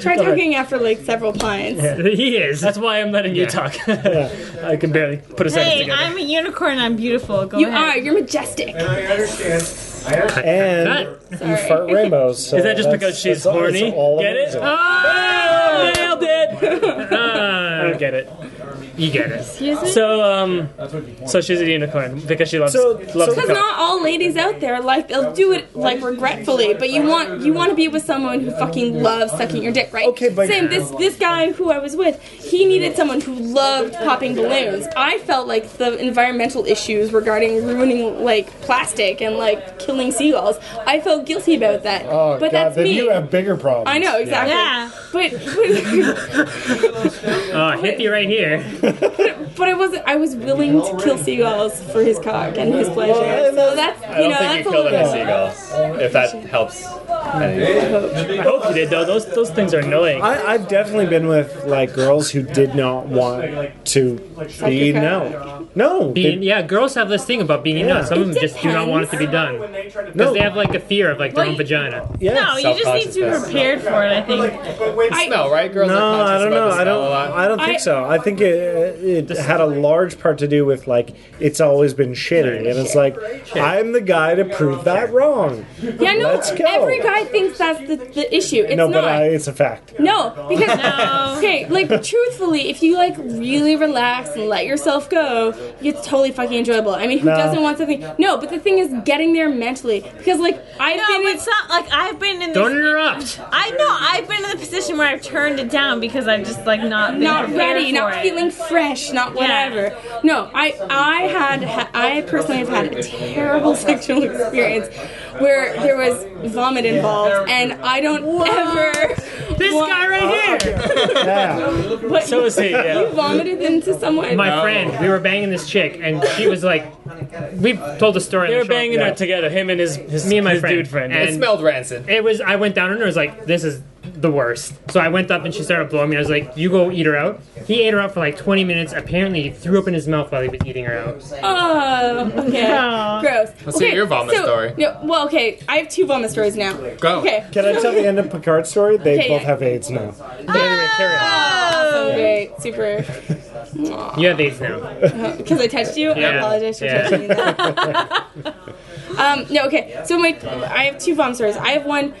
Speaker 2: Try talking after like several pints.
Speaker 1: He is.
Speaker 4: That's why I'm letting you
Speaker 1: Yeah.
Speaker 4: talk. I can barely put a sentence
Speaker 7: Hey,
Speaker 4: together.
Speaker 7: I'm a unicorn. I'm beautiful. Go
Speaker 2: You
Speaker 7: ahead.
Speaker 2: are. You're majestic.
Speaker 8: I understand. I understand.
Speaker 5: And
Speaker 1: Cut.
Speaker 5: you fart rainbows. so
Speaker 4: Is that just
Speaker 5: that's-
Speaker 4: because she's
Speaker 5: that's all- that's
Speaker 4: horny?
Speaker 5: all
Speaker 4: Get it?
Speaker 5: amazing.
Speaker 1: Ah!
Speaker 4: Oh, nailed it. I
Speaker 1: Uh,
Speaker 4: don't get it.
Speaker 1: you get it.
Speaker 7: Excuse me?
Speaker 4: So, um, so she's a unicorn Oh. because she loves
Speaker 5: So-
Speaker 4: loves
Speaker 5: so-
Speaker 4: the
Speaker 2: Because
Speaker 4: cock.
Speaker 2: not all ladies out there like they'll do it like regretfully, but you want you want to be with someone who fucking loves sucking your dick, right?
Speaker 5: Okay, but-
Speaker 2: same this this guy who I was with, he needed someone who loved popping balloons. I felt like the environmental issues regarding ruining like plastic and like killing seagulls. I felt guilty about that.
Speaker 5: Oh
Speaker 2: but
Speaker 5: God!
Speaker 2: that's
Speaker 5: then
Speaker 2: me.
Speaker 5: you have bigger problems.
Speaker 2: I know exactly.
Speaker 7: Yeah.
Speaker 2: But, but
Speaker 1: Uh, hippie right here.
Speaker 2: But I was I was willing to kill seagulls for his cock and his pleasure. so that's
Speaker 6: I
Speaker 2: you know
Speaker 6: don't think
Speaker 2: that's
Speaker 6: you
Speaker 2: a
Speaker 6: killed
Speaker 2: little
Speaker 6: any
Speaker 2: bit.
Speaker 6: seagulls. If that helps.
Speaker 4: I hope you did though. Those those things are annoying.
Speaker 5: I, I've definitely been with like girls who did not want to be no, no. they-
Speaker 1: Being, yeah, girls have this thing about being yeah.
Speaker 5: Yeah.
Speaker 1: Some of them
Speaker 2: It
Speaker 1: just do not want it to be done because
Speaker 5: No.
Speaker 1: they have like a fear of like their
Speaker 7: Well,
Speaker 1: own
Speaker 7: you-
Speaker 1: vagina.
Speaker 5: yeah.
Speaker 7: No, you just need to be
Speaker 6: Self-consciousness.
Speaker 7: prepared for it. I think.
Speaker 2: I-
Speaker 6: Smell, right? Girls
Speaker 5: No,
Speaker 6: are conscious
Speaker 5: I don't
Speaker 6: about
Speaker 5: know.
Speaker 6: the
Speaker 5: I
Speaker 6: smell a
Speaker 5: don't.
Speaker 6: lot.
Speaker 5: I don't
Speaker 2: I-
Speaker 5: think so. I think it, it had a large part to do with like it's always been shitty, and it's like I'm the guy to prove that wrong.
Speaker 2: Yeah, no.
Speaker 5: Let's go.
Speaker 2: Every guy thinks that's the, the issue. It's
Speaker 5: no,
Speaker 2: not.
Speaker 5: but I, it's a fact.
Speaker 2: no, because
Speaker 7: No.
Speaker 2: okay, like truthfully, if you like really relax and let yourself go, it's totally fucking enjoyable. I mean, who
Speaker 5: No.
Speaker 2: doesn't want something? No, but the thing is getting there mentally because like I've
Speaker 7: No,
Speaker 2: been
Speaker 7: but it's not like I've been in.
Speaker 1: Don't
Speaker 7: this,
Speaker 1: interrupt.
Speaker 7: I know I've been in the position where I've turned it down because I've just like not been
Speaker 2: not
Speaker 7: prepared
Speaker 2: ready,
Speaker 7: for
Speaker 2: not
Speaker 7: it.
Speaker 2: feeling fresh, not whatever. No, I I had ha- I personally have had a terrible sexual experience where there was vomit involved, and I don't ever.
Speaker 1: This
Speaker 2: want-
Speaker 1: guy right here,
Speaker 5: Yeah.
Speaker 2: But
Speaker 4: So is he?
Speaker 2: you
Speaker 4: Yeah.
Speaker 2: vomited into someone.
Speaker 1: my friend. We were banging this chick, and she was like, "We've told the story." on
Speaker 4: They
Speaker 1: the
Speaker 4: were
Speaker 1: show.
Speaker 4: banging
Speaker 5: Yeah.
Speaker 4: her together. Him and his his
Speaker 1: Me and my
Speaker 4: his
Speaker 1: friend.
Speaker 4: dude friend.
Speaker 1: And-
Speaker 6: It smelled rancid.
Speaker 1: It was. I went down on her. I was like, "This is the worst." So I went up and she started blowing me. I was like, "You go eat her out." He ate her out for like 20 minutes. Apparently, he threw up in his mouth while he was eating her out.
Speaker 2: Oh, okay. Gross. Let's
Speaker 6: hear your vomit story.
Speaker 2: No, well, okay. I have two vomit stories now.
Speaker 6: Go.
Speaker 2: Okay.
Speaker 5: Can I tell the end of Picard's story? They
Speaker 2: Okay,
Speaker 5: both
Speaker 2: yeah.
Speaker 5: have AIDS now.
Speaker 2: Oh, great. Super.
Speaker 1: You have AIDS now.
Speaker 2: Because I touched you, I
Speaker 1: Yeah.
Speaker 2: apologize for
Speaker 1: Yeah.
Speaker 2: touching you. Then. um, no, okay. So my, I have two bomb stories. I have one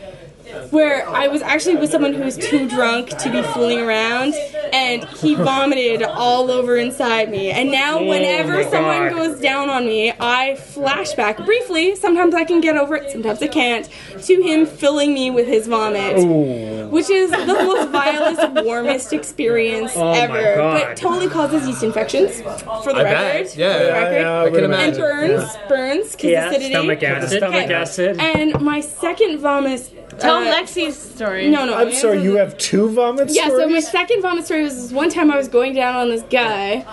Speaker 2: where I was actually with someone who was too drunk to be fooling around, and he vomited all over inside me. And now, whenever
Speaker 1: my
Speaker 2: someone
Speaker 1: God.
Speaker 2: goes down on me, I flashback briefly. Sometimes I can get over it, sometimes I can't. To him filling me with his vomit, which is the most vilest, warmest experience
Speaker 1: my
Speaker 2: ever.
Speaker 1: God.
Speaker 2: But totally causes yeast infections. For the
Speaker 6: I
Speaker 2: record,
Speaker 6: bet. Yeah.
Speaker 2: for the
Speaker 6: Yeah,
Speaker 2: record.
Speaker 5: yeah, I would
Speaker 6: can
Speaker 2: and
Speaker 5: imagine.
Speaker 2: burns, burns, because
Speaker 4: Yeah,
Speaker 2: acidity.
Speaker 1: Stomach
Speaker 4: The
Speaker 1: acid.
Speaker 4: stomach
Speaker 2: Okay.
Speaker 4: acid.
Speaker 2: And my second vomit.
Speaker 7: Tell
Speaker 2: uh,
Speaker 7: Lexi's story.
Speaker 2: No, no.
Speaker 5: I'm sorry. You have two vomit
Speaker 2: Yeah, so
Speaker 5: stories.
Speaker 2: my second vomit story was this one time I was going down on this guy,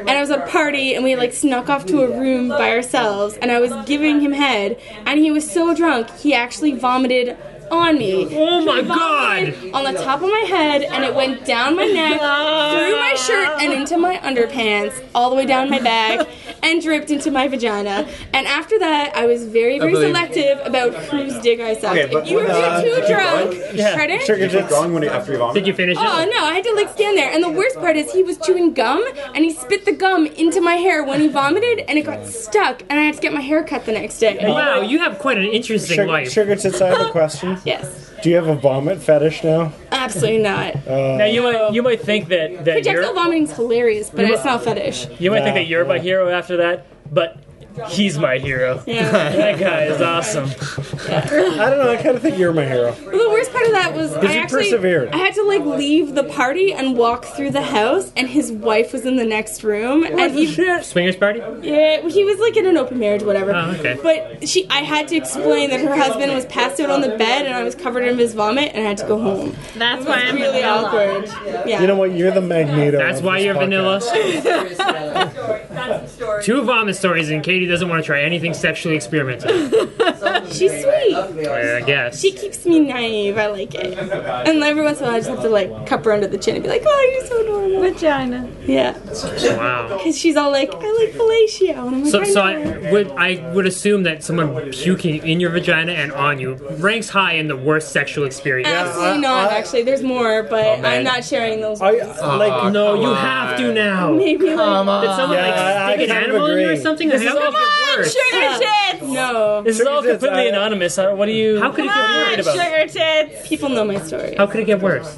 Speaker 2: and I was at a party, and we like snuck off to a room by ourselves, and I was giving him head, and he was so drunk he actually vomited on me.
Speaker 1: Oh my God!
Speaker 2: vomited On the top of my head, and it went down my neck, through my shirt, and into my underpants, all the way down my back, and dripped into my vagina. And after that, I was very, very
Speaker 6: believe-
Speaker 2: selective about whose dick I sucked.
Speaker 8: Okay, but
Speaker 2: if you were
Speaker 8: what, uh,
Speaker 2: too
Speaker 8: did you
Speaker 2: drunk,
Speaker 4: Yeah,
Speaker 2: pardon?
Speaker 5: Sugar
Speaker 8: Is it
Speaker 5: tits.
Speaker 8: wrong when you after you vomit?
Speaker 1: Did you finish it?
Speaker 2: Oh no, I had to like stand there. And the worst part is he was chewing gum and he spit the gum into my hair when he vomited and it got stuck and I had to get my hair cut the next day.
Speaker 1: Wow, you have quite an interesting
Speaker 5: Sugar,
Speaker 1: life.
Speaker 5: sugar tits. I have a question.
Speaker 2: Yes.
Speaker 5: Do you have a vomit fetish now?
Speaker 2: Absolutely not.
Speaker 4: Now you might you might think that that
Speaker 2: Projectile
Speaker 4: you're
Speaker 2: vomiting's hilarious, but it's not a fetish.
Speaker 4: you might think
Speaker 5: Yeah,
Speaker 4: that you're my hero after that, but he's my hero.
Speaker 2: Yeah.
Speaker 4: That guy is awesome.
Speaker 5: I don't know. I kind of think you're my hero.
Speaker 2: Well, the worst part of that was I
Speaker 5: you
Speaker 2: actually
Speaker 5: persevered.
Speaker 2: I had to like leave the party and walk through the house, and his wife was in the next room, and he
Speaker 1: Swingers party?
Speaker 2: yeah, he was like in an open marriage, whatever.
Speaker 1: Oh, okay.
Speaker 2: But she, I had to explain that her husband was passed out on the bed, and I was covered in his vomit, and I had to go home.
Speaker 7: That's why I'm
Speaker 2: Really
Speaker 7: vanilla.
Speaker 2: awkward. Yeah.
Speaker 5: You know what? You're the Magneto.
Speaker 1: That's
Speaker 5: of
Speaker 1: why
Speaker 5: this
Speaker 1: you're
Speaker 5: podcast.
Speaker 1: vanilla.
Speaker 9: That's the story.
Speaker 1: Two vomit stories, and Katie doesn't want to try anything sexually experimental.
Speaker 2: She's sweet.
Speaker 1: I guess.
Speaker 2: She keeps me naive. I like it. And every once in a while, I just have to like cup her under the chin and be like, "Oh, you're so normal."
Speaker 7: Vagina.
Speaker 2: Yeah.
Speaker 1: Wow.
Speaker 2: Because she's all like, "I like fellatio," and I'm like,
Speaker 1: So,
Speaker 2: "I
Speaker 1: so
Speaker 2: know."
Speaker 1: I would I would assume that someone puking in your vagina and on you ranks high in the worst sexual experience.
Speaker 2: Absolutely not. actually, there's more, but
Speaker 5: Oh,
Speaker 2: I'm not sharing those.
Speaker 5: I
Speaker 2: ones.
Speaker 5: like
Speaker 1: No,
Speaker 6: Come
Speaker 1: you
Speaker 6: on.
Speaker 1: have to now. Did
Speaker 2: Maybe
Speaker 5: Um,
Speaker 2: like,
Speaker 1: someone
Speaker 5: Yeah, I- I
Speaker 1: like stick an
Speaker 5: kind of
Speaker 1: animal in you or
Speaker 5: agree.
Speaker 1: something? This How could it get worse?
Speaker 7: Sugar tits.
Speaker 2: no.
Speaker 4: This is all
Speaker 5: Seriously,
Speaker 4: completely
Speaker 5: I-
Speaker 4: anonymous. I- uh, What do you?
Speaker 1: How could it
Speaker 7: Come
Speaker 1: get
Speaker 7: on,
Speaker 1: worse?
Speaker 7: sugar tits.
Speaker 2: People know my story.
Speaker 1: How could it get worse?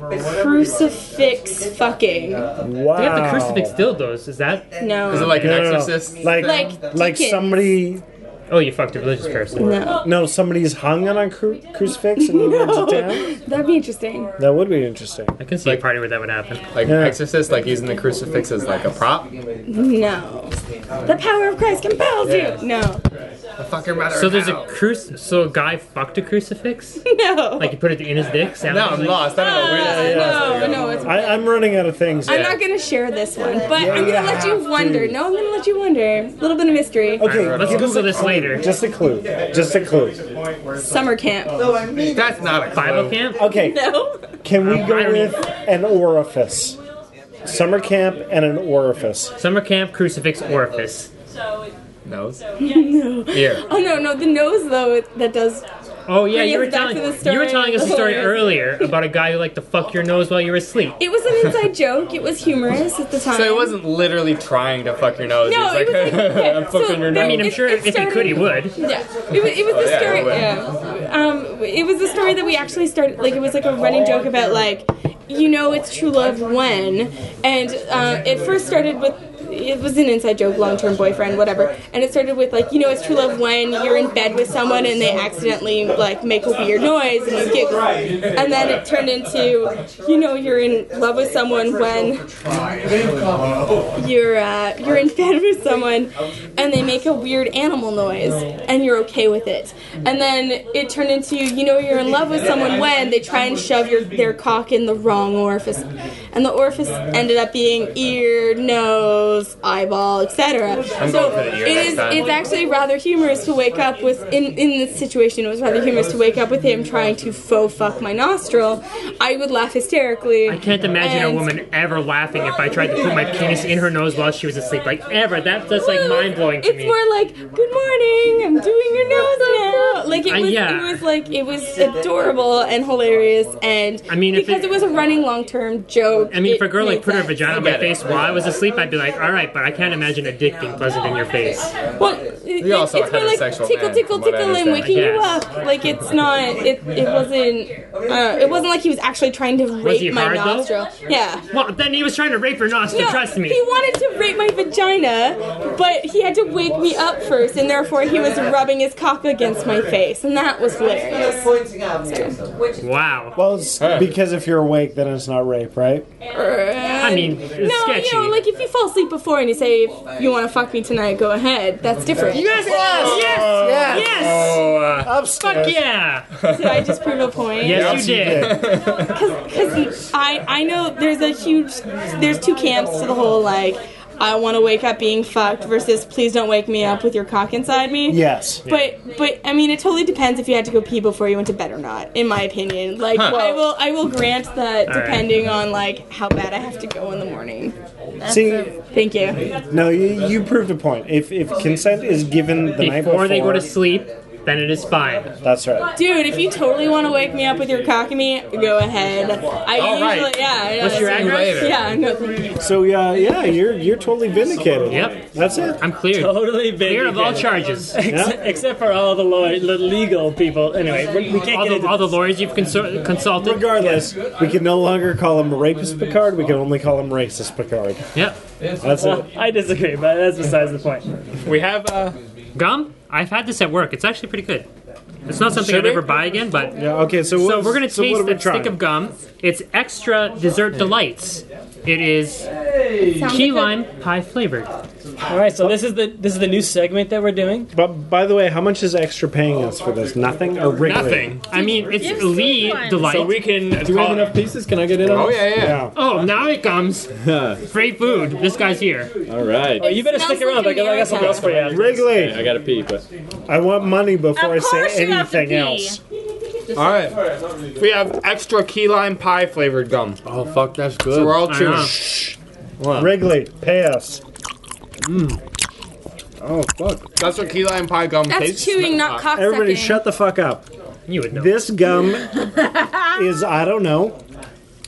Speaker 2: Crucifix fucking.
Speaker 5: wow.
Speaker 1: They have the
Speaker 5: Oh.
Speaker 1: crucifix dildos. Is that?
Speaker 6: Is it
Speaker 2: No.
Speaker 6: like an
Speaker 5: No, no, no.
Speaker 6: exorcist?
Speaker 5: Like,
Speaker 2: Like
Speaker 5: like,
Speaker 2: deacons.
Speaker 5: somebody.
Speaker 1: Oh, you fucked a religious person.
Speaker 2: No.
Speaker 5: No, somebody's hung on a cru- crucifix and you went to town.
Speaker 2: That'd be interesting.
Speaker 5: That would be interesting.
Speaker 1: I can see a party where that would happen.
Speaker 6: like
Speaker 5: Yeah.
Speaker 6: exorcist, like using the crucifix as like a prop?
Speaker 2: No. The power of Christ compels you. No.
Speaker 6: The fucking matter
Speaker 1: So there's a
Speaker 6: now.
Speaker 1: cruc. So a guy fucked a crucifix.
Speaker 2: No.
Speaker 1: Like he put it in his dick. Sounds
Speaker 6: Now I'm
Speaker 1: like-
Speaker 6: lost. I don't know where this is.
Speaker 2: no, no, it's.
Speaker 5: I, I'm running out of things.
Speaker 2: I'm not gonna share this one, but I'm gonna let you wonder. No, I'm gonna let you wonder. A little bit of mystery.
Speaker 5: Okay,
Speaker 1: Let's
Speaker 5: give us
Speaker 1: Google
Speaker 5: a
Speaker 1: this
Speaker 5: clue.
Speaker 1: later.
Speaker 5: Just a clue. Just a clue.
Speaker 2: Summer camp.
Speaker 6: That's not a clue.
Speaker 1: Bible camp.
Speaker 5: Okay,
Speaker 2: No.
Speaker 5: can we
Speaker 1: I
Speaker 5: go
Speaker 1: don't
Speaker 5: with an orifice? Summer camp and an orifice.
Speaker 1: Summer camp crucifix orifice.
Speaker 6: Nose.
Speaker 2: no.
Speaker 6: Ear.
Speaker 2: Oh no, no. The nose though it- that does.
Speaker 1: Oh yeah,
Speaker 2: Bring
Speaker 1: you
Speaker 2: us
Speaker 1: were
Speaker 2: back
Speaker 1: telling
Speaker 2: to the
Speaker 1: you were
Speaker 2: story.
Speaker 1: telling us a story
Speaker 2: Oh, yeah.
Speaker 1: earlier about a guy who liked to fuck your nose while you were asleep.
Speaker 2: It was an inside joke. It was humorous at the time.
Speaker 6: So he wasn't literally trying to fuck your nose.
Speaker 2: Oh No,
Speaker 6: he
Speaker 2: it was like. okay,
Speaker 6: I'm fucking
Speaker 2: so
Speaker 6: your
Speaker 2: there-
Speaker 1: I mean, I'm
Speaker 2: it-
Speaker 1: sure
Speaker 2: it
Speaker 1: if he could, he
Speaker 2: started-
Speaker 1: would.
Speaker 2: Yeah, it was, it was the
Speaker 6: yeah,
Speaker 2: story.
Speaker 6: it would.
Speaker 2: Yeah, um, it was the story that we actually started. Like it was like a running joke about like, you know, it's true love when, and uh, it first started with. It was an inside joke, long term boyfriend, whatever. And it started with, like, you know, it's true love when you're in bed with someone and they accidentally, like, make a weird noise and you giggle. And then it turned into, you know, you're in love with someone when you're uh, you're in bed with someone and they make a weird animal noise and you're okay with it and then it turned into you know you're in love with someone when they try and shove your their cock in the wrong orifice and the orifice ended up being ear nose eyeball etc so
Speaker 6: going for the ear
Speaker 2: it
Speaker 6: next
Speaker 2: is
Speaker 6: time.
Speaker 2: it's actually rather humorous to wake up with in in this situation it was rather humorous to wake up with him trying to faux fuck my nostril i would laugh hysterically
Speaker 1: I can't imagine a
Speaker 2: And-
Speaker 1: woman ever laughing if I tried to put my penis in her nose while she was asleep. Like ever. That, that's like
Speaker 2: Well,
Speaker 1: mind blowing to
Speaker 2: It's
Speaker 1: me.
Speaker 2: more like, "Good morning, I'm doing your nose now." Like
Speaker 1: Uh,
Speaker 2: it was,
Speaker 1: yeah.
Speaker 2: it was like it was adorable and hilarious, and
Speaker 1: I mean, if
Speaker 2: because
Speaker 1: it-
Speaker 2: it, was a running long-term joke.
Speaker 1: I mean, if
Speaker 2: it
Speaker 1: a girl like
Speaker 2: made
Speaker 1: put her
Speaker 2: sense.
Speaker 1: vagina on
Speaker 6: I
Speaker 1: my
Speaker 6: get it.
Speaker 1: face while I was asleep, I'd be like, all right, but I can't imagine a dick being pleasant in your face.
Speaker 2: Well, it,
Speaker 6: You're also
Speaker 2: it's more like
Speaker 6: heterosexual
Speaker 2: tickle,
Speaker 6: man,
Speaker 2: tickle,
Speaker 6: from what I
Speaker 2: tickle, and
Speaker 6: understand.
Speaker 2: waking you
Speaker 1: Yes.
Speaker 2: up. Like it's not. It, it wasn't. Uh, it wasn't like he was actually trying to rape
Speaker 1: he
Speaker 2: my
Speaker 1: hard, though?
Speaker 2: nostril. Yeah.
Speaker 1: Well, then he was trying to rape her nostril.
Speaker 2: No,
Speaker 1: trust me.
Speaker 2: He wanted to rape my vagina, but he had to wake me up first, and therefore he was rubbing his cock against my face, and that was hilarious.
Speaker 1: Wow.
Speaker 5: Well, it's because if you're awake, then it's not rape, right?
Speaker 1: I mean, it's
Speaker 2: no,
Speaker 1: sketchy.
Speaker 2: you know, like if you fall asleep before and you say if you want to fuck me tonight, go ahead. That's different.
Speaker 1: yes, yes,
Speaker 5: Yeah.
Speaker 1: yes.
Speaker 6: Oh, uh,
Speaker 5: Upstairs.
Speaker 1: Yeah.
Speaker 2: Did I just prove a point?
Speaker 1: Yes, you did.
Speaker 2: Because I I know there's a huge there's two camps to the whole like. I want to wake up being fucked versus please don't wake me up with your cock inside me.
Speaker 5: Yes.
Speaker 2: But but I mean, it totally depends if you had to go pee before you went to bed or not. In my opinion, like I will I will grant that
Speaker 1: right.
Speaker 2: depending on like how bad I have to go in the morning.
Speaker 5: See,
Speaker 2: Thank you.
Speaker 5: no, you, you proved a point. If if consent is given the night
Speaker 1: Before
Speaker 5: before
Speaker 1: they go to sleep, then it is fine.
Speaker 5: that's right.
Speaker 2: Dude, if you totally want to wake me up with your cock in me, go ahead. I
Speaker 6: All right.
Speaker 2: usually yeah. yeah
Speaker 1: What's your
Speaker 2: that's-
Speaker 6: address?
Speaker 2: Yeah, no, thank you.
Speaker 5: So yeah, yeah, you're you're totally vindicated.
Speaker 1: Yep.
Speaker 5: That's it.
Speaker 1: I'm cleared.
Speaker 4: Totally big.
Speaker 1: Clear of all charges.
Speaker 4: Except, except for all the, law- the legal people. Anyway, we, we can't
Speaker 1: All
Speaker 4: get
Speaker 1: the,
Speaker 4: into
Speaker 1: all the lawyers you've consult- consulted.
Speaker 5: Regardless, we can no longer call him rapist Picard. We can only call him racist Picard.
Speaker 1: Yep.
Speaker 5: That's it.
Speaker 4: I disagree, but that's besides the point.
Speaker 6: we have uh,
Speaker 1: Gum? I've had this at work. It's actually pretty good. It's not something
Speaker 5: Should
Speaker 1: I'd ever
Speaker 5: it?
Speaker 1: buy again, but
Speaker 5: Yeah, okay, so,
Speaker 1: so
Speaker 5: what-
Speaker 1: we're gonna
Speaker 5: so what
Speaker 1: taste
Speaker 5: are we
Speaker 1: a stick
Speaker 5: trying?
Speaker 1: of gum. It's extra dessert delights. It is key lime pie flavored.
Speaker 4: All right, so this is the this is the new segment that we're doing.
Speaker 5: But by the way, how much is extra paying us for this? Nothing or Wrigley?
Speaker 3: Nothing.
Speaker 1: I mean,
Speaker 7: Yes,
Speaker 1: it's Lee
Speaker 7: key lime.
Speaker 1: delight.
Speaker 3: So we can.
Speaker 6: Do we have
Speaker 3: call-
Speaker 6: enough pieces? Can I get in on
Speaker 8: Oh
Speaker 6: this?
Speaker 8: yeah, yeah.
Speaker 5: Yeah.
Speaker 1: oh, now it comes. Free food. This guy's here.
Speaker 3: All right.
Speaker 4: Oh, you better
Speaker 2: smells
Speaker 4: stick around.
Speaker 2: like
Speaker 4: I got, I got something else for you. after.
Speaker 5: Wrigley.
Speaker 3: I gotta pee, but
Speaker 5: I want money before I
Speaker 7: Of course
Speaker 5: say
Speaker 7: you have to
Speaker 5: anything
Speaker 7: pee.
Speaker 5: else.
Speaker 8: All right. We have extra key lime pie flavored gum.
Speaker 3: oh fuck, that's good.
Speaker 8: So we're all
Speaker 1: I
Speaker 8: chewing.
Speaker 1: know.
Speaker 5: Wrigley, pay us.
Speaker 3: Mm. oh fuck.
Speaker 8: That's what key lime pie gum
Speaker 2: That's
Speaker 8: tastes.
Speaker 2: chewing, not cock
Speaker 5: Everybody,
Speaker 2: sucking.
Speaker 5: shut the fuck up.
Speaker 1: You would know.
Speaker 5: This gum is I don't know.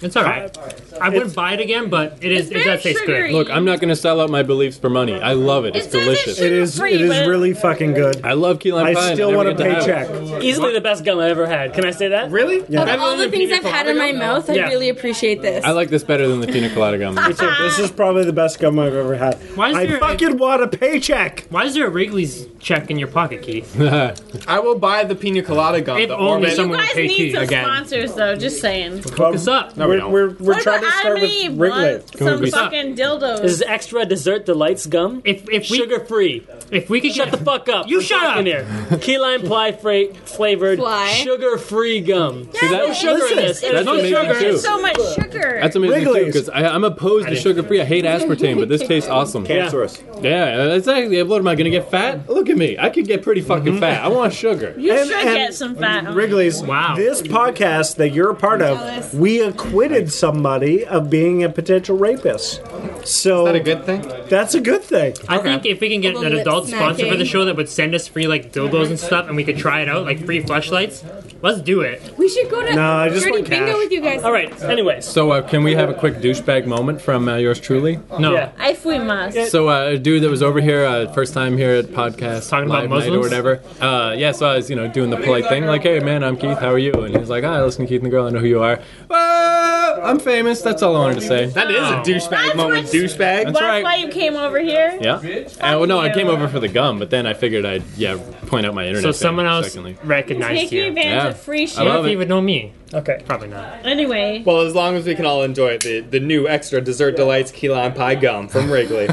Speaker 1: it's all right. I wouldn't buy it again, but it is.
Speaker 7: It's
Speaker 1: It does
Speaker 7: very
Speaker 1: taste
Speaker 7: sugary.
Speaker 1: good.
Speaker 3: Look, I'm not gonna sell out my beliefs for money. I love it. It's
Speaker 7: It doesn't
Speaker 3: delicious.
Speaker 7: shoot-
Speaker 5: It is. It is really fucking good.
Speaker 3: I love key lime
Speaker 5: I
Speaker 3: pie. and
Speaker 5: still
Speaker 3: never
Speaker 5: want a
Speaker 3: get to have it.
Speaker 5: paycheck.
Speaker 4: Easily the best gum I ever had. Can I say that?
Speaker 8: Really?
Speaker 5: Yeah.
Speaker 2: Of all the things I've had in my mouth, I
Speaker 1: Yeah.
Speaker 2: really appreciate this.
Speaker 3: I like this better than the pina colada gum.
Speaker 7: Ah.
Speaker 5: This is probably the best gum I've ever had.
Speaker 1: Why is
Speaker 5: I
Speaker 1: there a-
Speaker 5: fucking want a paycheck.
Speaker 1: Why is there a Wrigley's check in your pocket, Keith?
Speaker 8: I will buy the pina colada gum.
Speaker 1: If
Speaker 8: the
Speaker 1: only
Speaker 8: Orbit-
Speaker 1: some-
Speaker 7: You guys
Speaker 1: Hey,
Speaker 7: need
Speaker 1: Keith,
Speaker 7: some
Speaker 8: again.
Speaker 7: sponsors, though. Just saying.
Speaker 5: Hook
Speaker 1: us up.
Speaker 5: we're we're, we're
Speaker 7: what
Speaker 5: trying
Speaker 7: about
Speaker 5: to start
Speaker 7: Adam and Eve?
Speaker 5: with Wrigley.
Speaker 7: Want some
Speaker 3: be-
Speaker 7: fucking dildos.
Speaker 4: This is extra dessert delights gum.
Speaker 1: If if we
Speaker 4: Sugar free.
Speaker 1: if we could
Speaker 4: Shut
Speaker 1: get
Speaker 4: the fuck up.
Speaker 1: You
Speaker 4: We're
Speaker 1: shut
Speaker 4: talking
Speaker 1: up.
Speaker 4: Here. Key lime pie fra- flavored
Speaker 2: Fly.
Speaker 4: sugar free gum.
Speaker 7: That's
Speaker 3: that-
Speaker 7: what-
Speaker 4: Sugar in
Speaker 3: That's
Speaker 4: this.
Speaker 7: it's- it's-
Speaker 3: amazing
Speaker 7: there's
Speaker 3: too.
Speaker 7: so much sugar.
Speaker 3: That's amazing too,
Speaker 5: Wrigley's.
Speaker 3: because I'm opposed to sugar free. I hate aspartame, but this tastes awesome.
Speaker 4: Cancerous.
Speaker 3: Yeah, that's actually. What am I gonna get fat? Look at me. I could get pretty
Speaker 8: Mm-hmm.
Speaker 3: fucking fat. I want sugar.
Speaker 7: you
Speaker 5: and-
Speaker 7: should
Speaker 5: and
Speaker 7: get some fat. on it.
Speaker 5: Wrigley's.
Speaker 1: Wow.
Speaker 5: This podcast that you're a part
Speaker 2: Jealous.
Speaker 5: of, we acquitted somebody of being a potential rapist. So
Speaker 8: Is that a good thing?
Speaker 5: that's a good thing.
Speaker 1: I think if we can get
Speaker 2: A
Speaker 1: an
Speaker 2: little lip
Speaker 1: adult sponsor for the
Speaker 2: smacking.
Speaker 1: show that would send us free like dildos and stuff, and we could try it out, like free flashlights, let's do it.
Speaker 2: we should go to
Speaker 5: No, I just
Speaker 2: Dirty
Speaker 5: want cash.
Speaker 2: Bingo with you guys.
Speaker 4: All right. Anyways.
Speaker 3: So uh, can we have a quick douchebag moment from uh, yours truly?
Speaker 1: No,
Speaker 4: Yeah.
Speaker 7: If we must.
Speaker 3: So uh, a dude that was over here, uh, first time here at podcast,
Speaker 1: Talking about
Speaker 3: live night or
Speaker 1: Muslims?
Speaker 3: whatever. Uh, yeah, so I was you know doing the polite thing, like, hey man, I'm Keith, how are you? And he was like, "Ah, I listen to Keith and the girl, I know who you are. Uh, I'm famous. That's all I wanted to say.
Speaker 8: That is
Speaker 1: No.
Speaker 8: a douchebag
Speaker 7: That's
Speaker 8: moment.
Speaker 7: what's-
Speaker 8: Douchebag.
Speaker 3: That's
Speaker 7: That's
Speaker 3: right.
Speaker 7: why you came over here.
Speaker 3: Yeah. Uh, well, no, I came over for the gum, but then I figured I'd yeah point out my internet.
Speaker 1: so
Speaker 3: thing,
Speaker 1: someone else
Speaker 3: Secondly.
Speaker 1: recognized
Speaker 7: Taking
Speaker 1: you.
Speaker 7: advantage
Speaker 3: Yeah.
Speaker 7: of free shit.
Speaker 3: I love
Speaker 1: If
Speaker 3: it.
Speaker 1: he would know me,
Speaker 4: Okay.
Speaker 1: probably not.
Speaker 7: Anyway,
Speaker 6: Well, as long as we can all enjoy the, the new extra dessert delights key lime pie gum from Wrigley.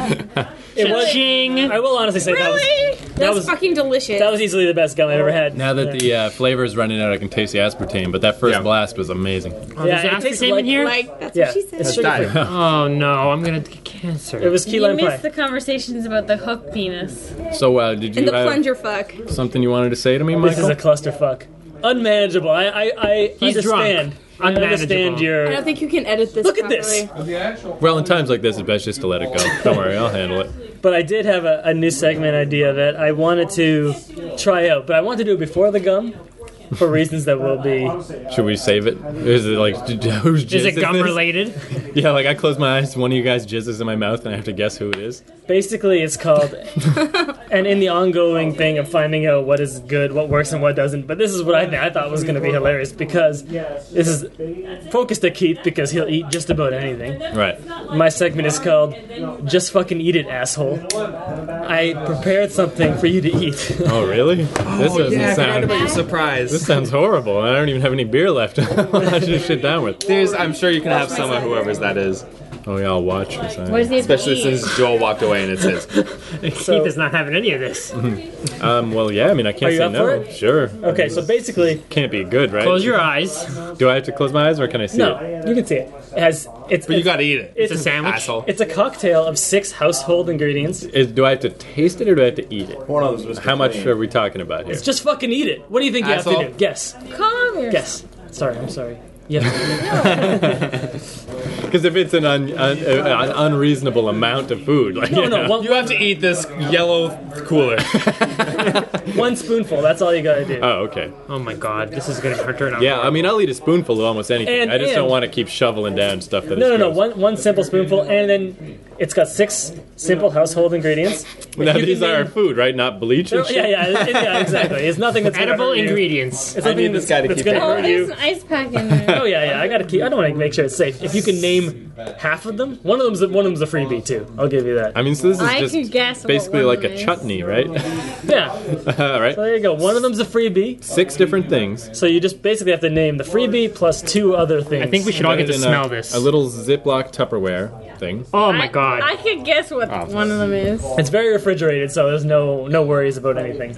Speaker 4: It was.
Speaker 1: Ching.
Speaker 4: I will honestly say that was
Speaker 7: really?
Speaker 2: That's
Speaker 4: was-
Speaker 2: fucking delicious.
Speaker 4: that was easily the best gum I ever had.
Speaker 3: Now that the uh, flavor's running out, I can taste the aspartame, but that first
Speaker 6: Yeah.
Speaker 3: blast was amazing.
Speaker 1: Oh, there's
Speaker 4: Yeah, it
Speaker 1: an aftertaste
Speaker 4: tastes like-
Speaker 1: in here.
Speaker 2: like that's
Speaker 4: Yeah.
Speaker 2: what she said.
Speaker 4: It's sugar free.
Speaker 1: oh no, I'm gonna get
Speaker 4: It
Speaker 1: cancer.
Speaker 4: was key
Speaker 7: you
Speaker 4: lime pie.
Speaker 7: missed the conversations about the hook penis.
Speaker 3: So, uh, did you
Speaker 2: And the
Speaker 3: have
Speaker 2: plunger fuck.
Speaker 3: something you wanted to say to me,
Speaker 4: This is
Speaker 3: Michael?
Speaker 4: a clusterfuck. Unmanageable. I I, I
Speaker 1: He's
Speaker 4: understand.
Speaker 1: drunk.
Speaker 4: I understand
Speaker 1: Unmanageable.
Speaker 2: I
Speaker 4: your.
Speaker 2: don't think you can edit this.
Speaker 4: Look at
Speaker 2: properly.
Speaker 4: this.
Speaker 3: well, in times like this, it's best just to let it go. Don't worry, I'll handle it.
Speaker 4: But I did have a, a new segment idea that I wanted to try out, but I wanted to do it before the gum. For reasons that will be,
Speaker 3: Should we save it? Is it like d- d- who's jizz
Speaker 1: Is it gum
Speaker 3: this?
Speaker 1: related?
Speaker 3: Yeah, like I close my eyes, one of you guys jizzes in my mouth, and I have to guess who it is.
Speaker 4: basically, it's called, and in the ongoing thing of finding out what is good, what works, and what doesn't. But this is what I, I thought was going to be hilarious because this is focused at Keith because he'll eat just about anything.
Speaker 3: Right.
Speaker 4: My segment is called "Just Fucking Eat It, Asshole." I prepared something for you to eat.
Speaker 3: Oh, really? This doesn't
Speaker 6: Forgot about your
Speaker 3: sound.
Speaker 6: surprise.
Speaker 3: This sounds horrible. I don't even have any beer left. I should shit down with.
Speaker 6: There's, I'm sure you can have some of whoever's that is.
Speaker 3: Oh yeah, I'll watch. this.
Speaker 6: Especially since Joel walked away and it's his.
Speaker 4: So-
Speaker 1: Keith is not having any of this.
Speaker 3: Um, well, yeah. I mean, I
Speaker 4: Are
Speaker 3: can't
Speaker 4: you
Speaker 3: say
Speaker 4: up
Speaker 3: no.
Speaker 4: for it?
Speaker 3: Sure.
Speaker 4: okay, so basically,
Speaker 3: Can't be good, right?
Speaker 1: Close your eyes.
Speaker 3: Do I have to close my eyes or can I see
Speaker 4: no,
Speaker 3: it?
Speaker 4: you can see it. It has it's
Speaker 6: But you
Speaker 4: it's,
Speaker 6: gotta eat it.
Speaker 1: It's a sandwich.
Speaker 6: Asshole.
Speaker 4: it's a cocktail of six household ingredients.
Speaker 3: Is, do I have to taste it or do I have to eat it?
Speaker 9: One of those was
Speaker 3: How much
Speaker 9: clean.
Speaker 3: are we talking about here?
Speaker 4: Just fucking eat it. What do you think you have to
Speaker 6: Asshole.
Speaker 4: do? Guess.
Speaker 7: Calm yourself.
Speaker 4: Guess. Sorry, I'm sorry. Yeah.
Speaker 3: Because if it's an, un, un, uh, an unreasonable amount of food, like
Speaker 4: No,
Speaker 3: you
Speaker 4: no,
Speaker 3: know.
Speaker 4: one,
Speaker 6: You have to eat this yellow cooler.
Speaker 4: one spoonful. That's all you gotta do.
Speaker 3: Oh, okay.
Speaker 1: Oh my god, this is gonna turn out.
Speaker 3: Yeah, I mean, I'll eat a spoonful of almost anything.
Speaker 4: And-
Speaker 3: I just
Speaker 4: and-
Speaker 3: don't want to keep shoveling down stuff that is
Speaker 4: no, no, no.
Speaker 3: gross.
Speaker 4: One one simple spoonful, and then it's got six simple household ingredients.
Speaker 3: Now,
Speaker 4: You can
Speaker 3: these are
Speaker 4: name-
Speaker 3: our food, right? Not bleach and shit.
Speaker 4: Yeah, yeah, it- yeah, exactly. It's nothing that's gonna
Speaker 1: Edible
Speaker 4: hurt you.
Speaker 1: ingredients.
Speaker 4: It's something
Speaker 6: need this
Speaker 4: that's-
Speaker 6: guy to
Speaker 4: that's
Speaker 6: keep
Speaker 4: gonna
Speaker 7: Oh,
Speaker 4: hurt
Speaker 7: there's
Speaker 4: you.
Speaker 7: an ice pack in there.
Speaker 4: Oh yeah, yeah. I gotta keep. I don't want to make sure it's safe. If you can name half of them. One of them's a, one of them's a freebie too. I'll give you that.
Speaker 3: I mean, so this is
Speaker 7: I
Speaker 3: just
Speaker 7: can guess what
Speaker 3: basically
Speaker 7: one
Speaker 3: like
Speaker 7: of
Speaker 3: a
Speaker 7: them is.
Speaker 3: chutney, right?
Speaker 4: Yeah.
Speaker 3: All right.
Speaker 4: So there you go. One of them's a freebie.
Speaker 3: Six different things.
Speaker 4: So you just basically have to name the freebie plus two other things.
Speaker 1: I think we should all
Speaker 3: Put
Speaker 1: get to
Speaker 3: it in
Speaker 1: smell
Speaker 3: a,
Speaker 1: this.
Speaker 3: A little Ziploc Tupperware thing.
Speaker 1: oh my god.
Speaker 7: I, I could guess what one of them is.
Speaker 4: It's very refrigerated, so there's no no worries about anything.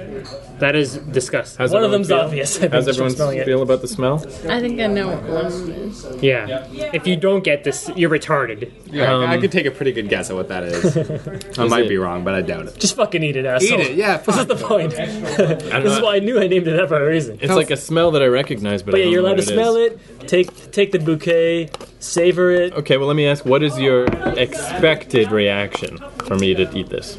Speaker 1: that is disgusting.
Speaker 3: How's
Speaker 4: One of
Speaker 3: everyone
Speaker 4: them's
Speaker 3: feel?
Speaker 4: obvious. I think
Speaker 3: How's
Speaker 4: from
Speaker 3: everyone
Speaker 4: smelling it.
Speaker 3: feel about the smell?
Speaker 7: I think I know what one of them is.
Speaker 1: Yeah. If you don't get this, you're retarded. Oh,
Speaker 6: Yeah, I
Speaker 3: Um,
Speaker 6: could take a pretty good guess at what that is. I might
Speaker 3: it-
Speaker 6: be wrong, but I doubt it.
Speaker 4: Just fucking eat it, asshole.
Speaker 6: it, yeah,
Speaker 4: This is
Speaker 6: fuck.
Speaker 4: the point. this is
Speaker 3: know.
Speaker 4: why I knew I named it that for a reason.
Speaker 3: It's like a smell that I recognize, but,
Speaker 4: But
Speaker 3: I
Speaker 4: Oh, yeah,
Speaker 3: don't
Speaker 4: you're
Speaker 3: know
Speaker 4: allowed to
Speaker 3: what it
Speaker 4: smell
Speaker 3: is.
Speaker 4: it. Take take the bouquet, savor it.
Speaker 3: Okay, well, let me ask, what is your expected reaction for me to eat this?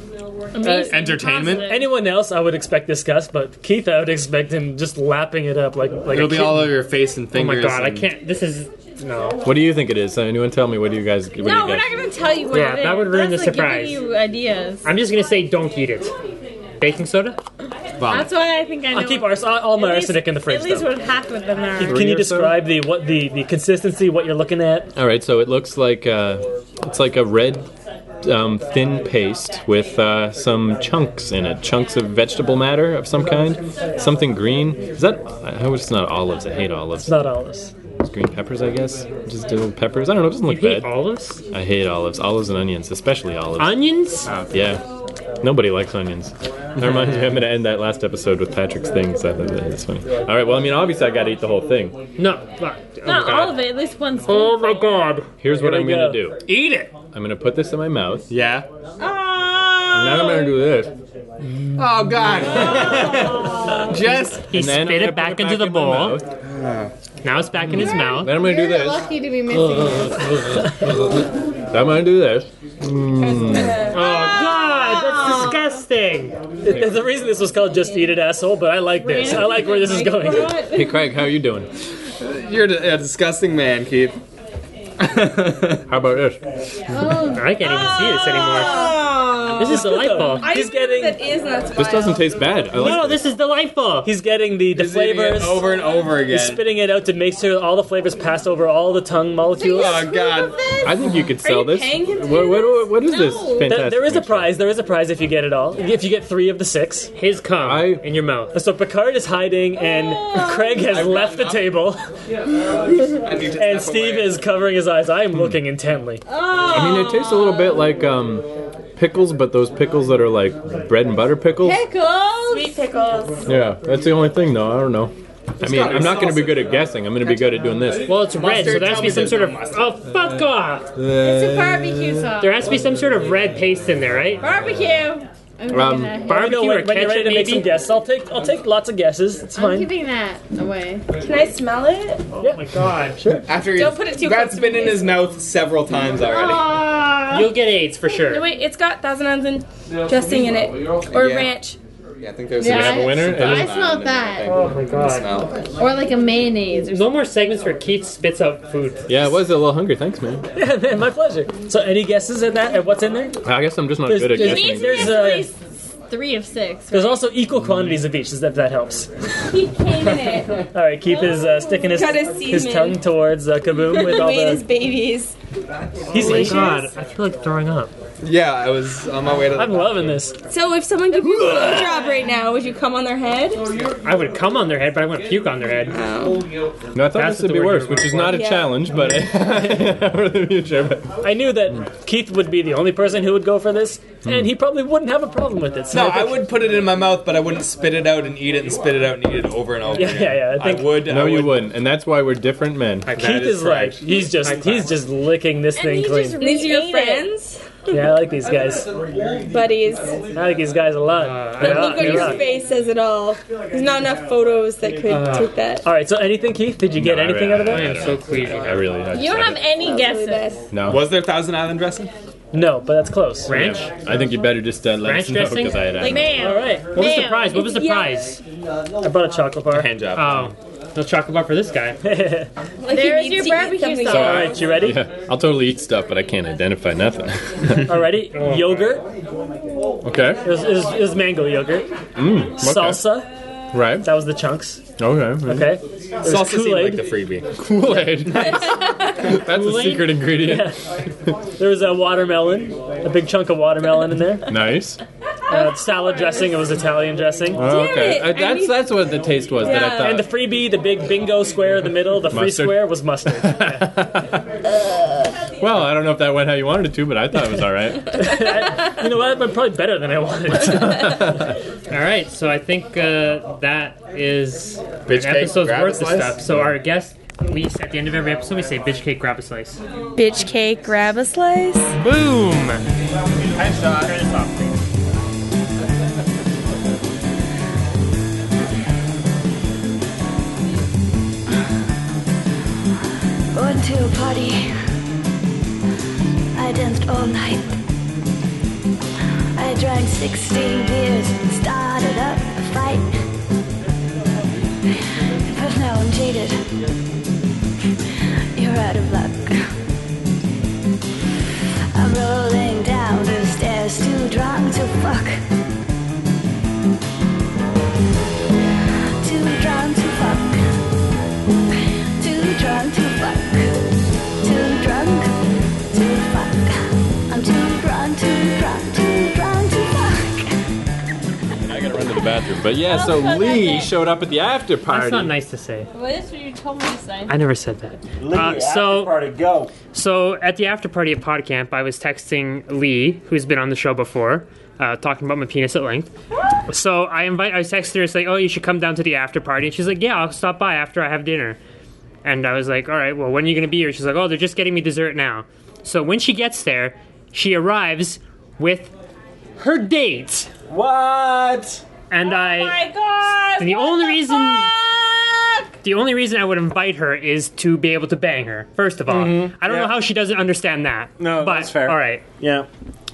Speaker 7: Amazing.
Speaker 6: entertainment?
Speaker 7: Positive.
Speaker 4: Anyone else, I would expect disgust, but Keith, I would expect him just lapping it up like like.
Speaker 6: It'll
Speaker 4: a
Speaker 6: be
Speaker 4: kitten.
Speaker 6: all over your face and
Speaker 1: Oh
Speaker 6: fingers.
Speaker 1: my god, I
Speaker 6: and-
Speaker 1: can't. This is no.
Speaker 3: What do you think it is? Anyone tell me, what do you guys, what do
Speaker 7: No,
Speaker 3: you
Speaker 7: we're
Speaker 3: guys?
Speaker 7: not going to tell you what
Speaker 1: Yeah,
Speaker 7: it is.
Speaker 1: that would ruin
Speaker 7: That's
Speaker 1: the
Speaker 7: like
Speaker 1: surprise.
Speaker 7: giving you ideas.
Speaker 1: I'm just gonna say don't eat it. Baking soda?
Speaker 7: That's why I think I know.
Speaker 4: I'll keep
Speaker 7: what-
Speaker 4: ars- all all my
Speaker 7: at least-
Speaker 4: arsenic in the fridge.
Speaker 7: At least
Speaker 4: though.
Speaker 7: what half of them are.
Speaker 4: Can
Speaker 3: Three
Speaker 4: you
Speaker 3: or so?
Speaker 4: describe the what the the consistency, what you're looking at?
Speaker 3: All right, so it looks like uh, it's like a red, um, thin paste with uh, some chunks in it, chunks of vegetable matter of some kind, something green. Is that? I hope it's not olives. I hate
Speaker 4: It's
Speaker 3: olives.
Speaker 4: not olives.
Speaker 3: It's green peppers, I guess. Just little peppers. I don't know. It doesn't
Speaker 1: You
Speaker 3: look
Speaker 1: hate
Speaker 3: bad.
Speaker 1: olives?
Speaker 3: I hate olives. Olives and onions, especially olives.
Speaker 1: Onions?
Speaker 3: Yeah. Nobody likes onions. That reminds me, I'm going to end that last episode with Patrick's things. I thought that was funny. All right, well, I mean, obviously, I got to eat the whole thing.
Speaker 1: No. fuck. Oh my
Speaker 7: Not
Speaker 1: god.
Speaker 7: all of it, at least one spoon.
Speaker 1: Oh my god.
Speaker 3: Here's what
Speaker 4: Here
Speaker 3: I'm
Speaker 4: we
Speaker 3: going to
Speaker 4: go.
Speaker 3: do
Speaker 8: Eat it.
Speaker 3: I'm going to put this in my mouth.
Speaker 6: Yeah.
Speaker 3: Now I'm going to do this.
Speaker 6: Oh god. Just
Speaker 1: He
Speaker 3: And then I'm
Speaker 1: spit
Speaker 3: gonna
Speaker 1: it
Speaker 3: put
Speaker 1: back into the
Speaker 3: in my
Speaker 1: bowl.
Speaker 3: mouth.
Speaker 1: Now it's back in his mouth.
Speaker 3: Then I'm going to do this.
Speaker 9: lucky to be missing this.
Speaker 3: Then I'm going to do this.
Speaker 1: Oh god, that's
Speaker 7: Ah.
Speaker 1: disgusting.
Speaker 4: There's a reason this was called "Just Eat It, Asshole," but I like this. I like where this is
Speaker 3: Oh,
Speaker 4: going.
Speaker 3: Hey, Craig, how are you doing?
Speaker 6: you're a disgusting man, Keith.
Speaker 3: How about this?
Speaker 1: I can't even see this anymore.
Speaker 2: Oh.
Speaker 1: This is delightful.
Speaker 2: I
Speaker 4: He's
Speaker 2: didn't know
Speaker 4: getting
Speaker 2: that is nuts
Speaker 3: This doesn't taste bad. I like
Speaker 1: No,
Speaker 3: this.
Speaker 1: this is delightful.
Speaker 4: he's getting the the
Speaker 6: He's eating it
Speaker 4: flavors.
Speaker 6: over and over
Speaker 4: He's
Speaker 6: again.
Speaker 4: spitting it out to make sure all the flavors pass over all the tongue molecules.
Speaker 6: Oh god.
Speaker 3: I think you could sell
Speaker 2: you
Speaker 3: this.
Speaker 2: paying him to
Speaker 3: What-
Speaker 2: do
Speaker 3: what-
Speaker 2: this?
Speaker 3: what is this?
Speaker 2: No.
Speaker 3: Fantastic.
Speaker 4: Th- there is a
Speaker 3: mixture.
Speaker 4: prize. There is a prize if you get it all. If you get three of the six.
Speaker 1: His cum
Speaker 3: I-
Speaker 1: in your mouth.
Speaker 4: So Picard is hiding, and Craig has left the table,
Speaker 6: I need to
Speaker 4: and
Speaker 6: step
Speaker 4: Steve
Speaker 6: away.
Speaker 4: is covering his eyes. I am looking intently.
Speaker 3: I mean, it tastes a little bit like um, pickles, but those pickles that are like bread and butter pickles.
Speaker 2: Sweet Oh, pickles.
Speaker 3: Yeah, that's the only thing, though. I don't know. I mean,
Speaker 6: gotta be
Speaker 3: I'm not going to be
Speaker 6: sausage.
Speaker 3: good at guessing. I'm going to be good at doing this.
Speaker 1: Well, it's red, so
Speaker 6: Mustard,
Speaker 1: there has to be
Speaker 6: tell
Speaker 1: some
Speaker 6: me
Speaker 1: sort of.
Speaker 6: there's
Speaker 1: Oh, fuck off!
Speaker 9: It's a barbecue sauce.
Speaker 1: There has to be some sort of red paste in there, right?
Speaker 9: Barbecue. I'm
Speaker 3: Um,
Speaker 9: giving that.
Speaker 1: bar-
Speaker 9: Bar-
Speaker 4: You know,
Speaker 1: Barbecue or
Speaker 4: when, when you're
Speaker 1: ketchup,
Speaker 4: ready to make some
Speaker 1: maybe?
Speaker 4: guesses, I'll take I'll take lots of guesses. It's
Speaker 9: I'm
Speaker 4: fine.
Speaker 9: giving that away.
Speaker 2: Can I smell it?
Speaker 1: Oh my god.
Speaker 6: After
Speaker 2: Don't put it too
Speaker 6: That's
Speaker 2: close to
Speaker 6: been
Speaker 2: my
Speaker 6: in
Speaker 2: face.
Speaker 6: his mouth several times already.
Speaker 1: You'll get AIDS for
Speaker 2: No,
Speaker 1: sure.
Speaker 2: wait, it's got thousand ounce and dressing in it, or
Speaker 6: Yeah.
Speaker 2: ranch.
Speaker 6: yeah, I think there's
Speaker 9: Yeah,
Speaker 3: have a winner?
Speaker 9: I, I
Speaker 3: It
Speaker 9: smelled that.
Speaker 1: Oh my god.
Speaker 6: smell.
Speaker 9: Or like a mayonnaise. Or
Speaker 1: No more segments where Keith spits out food.
Speaker 3: Yeah, I was a little hungry. Thanks, man.
Speaker 4: Yeah, man, my pleasure. So, any guesses at that? At what's in there?
Speaker 3: I guess I'm just not
Speaker 4: There's-
Speaker 3: good at
Speaker 4: there's-
Speaker 3: guessing.
Speaker 4: there's-
Speaker 7: It's
Speaker 4: uh,
Speaker 7: at least three of six.
Speaker 4: There's also equal quantities of each, if that, that helps.
Speaker 2: He came in it.
Speaker 4: All right, Keith is uh, sticking his,
Speaker 2: Got his
Speaker 4: his
Speaker 2: semen.
Speaker 4: tongue towards uh, Kaboom with all
Speaker 2: Made his
Speaker 4: the.
Speaker 2: babies.
Speaker 4: He's
Speaker 1: Oh my
Speaker 4: delicious.
Speaker 1: god, I feel like throwing up.
Speaker 6: Yeah, I was on my way to the
Speaker 4: I'm loving this.
Speaker 2: So if someone gave you a job right now, would you come on their head?
Speaker 1: I would come on their head, but I wouldn't puke on their head.
Speaker 3: No, I
Speaker 1: That's
Speaker 3: thought this would
Speaker 1: the
Speaker 3: be
Speaker 1: word
Speaker 3: worse,
Speaker 1: you
Speaker 3: which is not a
Speaker 2: Yeah.
Speaker 3: challenge, but I, for the future. But
Speaker 4: I knew that Keith would be the only person who would go for this, and he probably wouldn't have a problem with it. So I
Speaker 6: No, I
Speaker 4: think-
Speaker 6: would put it in my mouth, but I wouldn't spit it out and eat it and spit it out and eat it over and over.
Speaker 4: Yeah,
Speaker 6: again.
Speaker 4: yeah, yeah, I
Speaker 6: I,
Speaker 4: think-
Speaker 6: would.
Speaker 3: no,
Speaker 6: I would.
Speaker 3: you wouldn't, and that's why we're different men.
Speaker 6: That
Speaker 4: Keith is, like
Speaker 6: correct.
Speaker 4: he's just he's just licking this
Speaker 7: he
Speaker 4: thing
Speaker 7: just
Speaker 4: clean.
Speaker 7: really
Speaker 2: These are your
Speaker 7: ate
Speaker 2: friends,
Speaker 4: Yeah, I like these guys. I
Speaker 2: buddies.
Speaker 4: like these guys a lot. They
Speaker 2: That
Speaker 4: rock,
Speaker 2: look on
Speaker 4: they
Speaker 2: your
Speaker 4: rock.
Speaker 2: face says it all. There's not enough photos that could
Speaker 7: Uh,
Speaker 2: take that.
Speaker 4: All right, so anythit, Keith? Did you get
Speaker 3: No, I-
Speaker 4: anything out of
Speaker 1: I
Speaker 4: that?
Speaker 1: am so queasy.
Speaker 3: I really. I
Speaker 7: You don't have any
Speaker 2: Really
Speaker 7: guesses.
Speaker 2: bad.
Speaker 3: No.
Speaker 6: Was there Thousand Island dressing?
Speaker 4: No, but that's close.
Speaker 1: Ranch?
Speaker 3: I think you better just uh, let
Speaker 1: Ranch
Speaker 3: us know
Speaker 1: dressing?
Speaker 3: because I had.
Speaker 7: Like, man.
Speaker 4: All right,
Speaker 1: What was the
Speaker 7: Damn.
Speaker 1: prize? What was the
Speaker 2: Yeah.
Speaker 1: prize?
Speaker 4: I brought a chocolate bar.
Speaker 6: Hand job.
Speaker 1: Oh, no chocolate bar for this guy.
Speaker 4: All
Speaker 2: Like he
Speaker 7: There's
Speaker 2: needs
Speaker 7: your
Speaker 2: to eat
Speaker 7: barbecue
Speaker 2: something
Speaker 7: sauce.
Speaker 2: else.
Speaker 4: right, you ready?
Speaker 3: Yeah, I'll totally eat stuff, but I can't identify nothing. Oh,
Speaker 4: Alrighty, yogurt.
Speaker 3: okay.
Speaker 4: It was, it, was, it was mango yogurt.
Speaker 3: Mm, okay.
Speaker 4: Salsa.
Speaker 3: Right.
Speaker 4: That was the chunks.
Speaker 3: Okay.
Speaker 4: Okay. There was
Speaker 6: Salsa seemed like
Speaker 4: Kool-Aid.
Speaker 6: the freebie.
Speaker 3: Kool Aid. That's a secret ingredient.
Speaker 4: There was a watermelon, a big chunk of watermelon in there.
Speaker 3: Nice.
Speaker 4: Uh, salad dressing. It was Italian dressing.
Speaker 3: Oh, okay.
Speaker 2: it,
Speaker 3: Uh,
Speaker 2: I
Speaker 3: that's
Speaker 2: need-
Speaker 3: that's what the taste was that I
Speaker 2: Yeah.
Speaker 3: thought.
Speaker 4: And the freebie, the big bingo square in the middle, the free
Speaker 3: Mustard.
Speaker 4: square was mustard.
Speaker 3: well, I don't know if that went how you wanted it to, but I thought it was all right.
Speaker 4: you know what? But probably better than I wanted.
Speaker 1: All right, so I think uh, that is
Speaker 6: Bitch
Speaker 1: an
Speaker 6: cake,
Speaker 1: episode's
Speaker 6: grab a
Speaker 1: worth of
Speaker 6: slice.
Speaker 1: stuff. So our guest, we at the end of every episode, we say, "Bitch cake, grab a slice."
Speaker 10: Bitch cake, grab a slice.
Speaker 1: Boom.
Speaker 10: Going to a party. I danced all night. I drank 16 beers and started up a fight. But now I'm jaded. You're out of luck. I'm rolling down the stairs, too drunk to fuck. Too drunk to fuck. Too drunk to fuck. Too drunk to fuck. I'm too drunk, too drunk, too drunk to fuck.
Speaker 3: I gotta run to the bathroom. But yeah, so Lee showed up at the after party.
Speaker 1: That's not nice to say.
Speaker 7: Well, that's what you told me to say.
Speaker 1: I never said that. Uh, so
Speaker 5: party, go.
Speaker 1: So at the after party at PodCamp, I was texting Lee, who's been on the show before, uh, talking about my penis at length. So I invite, I texted her, it's like, oh, you should come down to the after party. And she's like, yeah, I'll stop by after I have dinner. And I was like, all right, well, when are you going to be here? She's like, oh, they're just getting me dessert now. So when she gets there, she arrives with her date.
Speaker 5: What?
Speaker 1: And
Speaker 7: Oh
Speaker 1: I,
Speaker 7: my god!
Speaker 1: and the
Speaker 7: what
Speaker 1: only reason-
Speaker 7: fuck?
Speaker 1: the only reason I would invite her is to be able to bang her, first of all. I don't
Speaker 5: Mm-hmm. Yeah.
Speaker 1: know how she doesn't understand that.
Speaker 5: No,
Speaker 1: but,
Speaker 5: that's fair.
Speaker 1: All right.
Speaker 5: Yeah.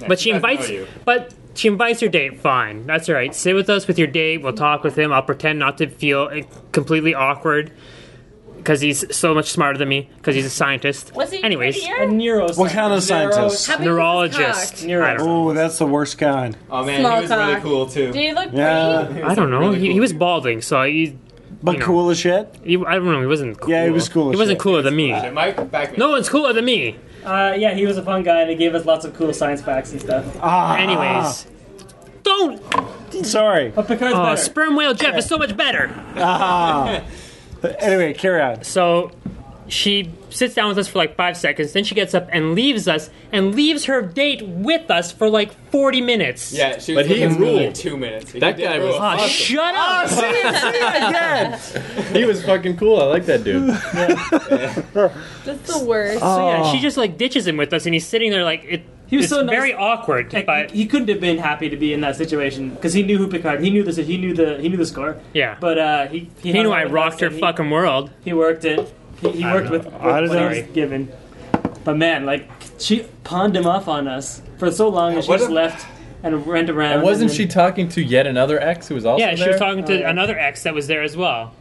Speaker 1: But she invites. But she invites your date. Fine, that's all right. Sit with us with your date. We'll talk with him. I'll pretend not to feel eh, completely awkward because he's so much smarter than me because he's a scientist.
Speaker 7: Was he
Speaker 1: Anyways,
Speaker 7: prettier?
Speaker 4: Nero's.
Speaker 5: What kind of scientist?
Speaker 9: How big was his
Speaker 1: neurologist.
Speaker 9: cock?
Speaker 1: I don't know.
Speaker 5: Oh, that's the worst kind.
Speaker 6: Oh man,
Speaker 9: Small
Speaker 6: he was really
Speaker 9: cock.
Speaker 6: cool too.
Speaker 7: Did he look pretty?
Speaker 5: Yeah,
Speaker 1: I don't know.
Speaker 6: really
Speaker 1: he, he
Speaker 6: cool
Speaker 1: was
Speaker 6: dude.
Speaker 1: balding, so he,
Speaker 5: but
Speaker 1: You know.
Speaker 5: cool as shit.
Speaker 1: he. I don't know. He wasn't. Cool.
Speaker 5: Yeah, he was cool as
Speaker 1: He wasn't
Speaker 5: shit.
Speaker 1: cooler than me.
Speaker 6: Shit, Mike, back
Speaker 1: No one's cooler than me.
Speaker 4: Uh, yeah, he was a fun guy and he gave us lots of cool science facts and stuff.
Speaker 5: Ah,
Speaker 1: Anyways. Don't!
Speaker 5: sorry.
Speaker 4: But Picard's
Speaker 1: Uh,
Speaker 4: better.
Speaker 1: sperm whale Jeff is so much better!
Speaker 5: Ah. anyway, carry on.
Speaker 1: So she sits down with us for like five seconds, then she gets up and leaves us, and leaves her date with us for like 40 minutes.
Speaker 6: Yeah, she was
Speaker 3: But he
Speaker 6: with us
Speaker 3: ruled.
Speaker 6: for two minutes. He
Speaker 3: That
Speaker 6: did
Speaker 3: guy
Speaker 6: rule.
Speaker 3: was
Speaker 1: Ah, shut up!
Speaker 5: Again.
Speaker 3: He was fucking cool. I like that dude.
Speaker 9: That's the worst.
Speaker 1: So yeah, she just like ditches him with us, and he's sitting there like it.
Speaker 4: He was
Speaker 1: it's
Speaker 4: so nice.
Speaker 1: very awkward,
Speaker 4: Like,
Speaker 1: but
Speaker 4: he couldn't have been happy to be in that situation because he knew who Picard. He knew this. He knew the. He knew the score.
Speaker 1: Yeah.
Speaker 4: But uh, he he,
Speaker 1: he
Speaker 4: hung
Speaker 1: knew
Speaker 4: out
Speaker 1: I
Speaker 4: with
Speaker 1: rocked
Speaker 4: us
Speaker 1: her
Speaker 4: and he-
Speaker 1: fucking world.
Speaker 4: He worked it. He, he
Speaker 1: I
Speaker 4: worked
Speaker 1: don't
Speaker 4: with,
Speaker 1: know.
Speaker 4: with
Speaker 5: I don't
Speaker 4: what
Speaker 5: know.
Speaker 4: he was given. But man, like she pawned him off on us for so long, and she
Speaker 3: What
Speaker 4: just
Speaker 3: a-
Speaker 4: left and went around.
Speaker 3: And wasn't
Speaker 4: then-
Speaker 3: she talking to yet another ex who was also
Speaker 1: Yeah, she was
Speaker 3: there?
Speaker 1: talking to another ex that was there as well.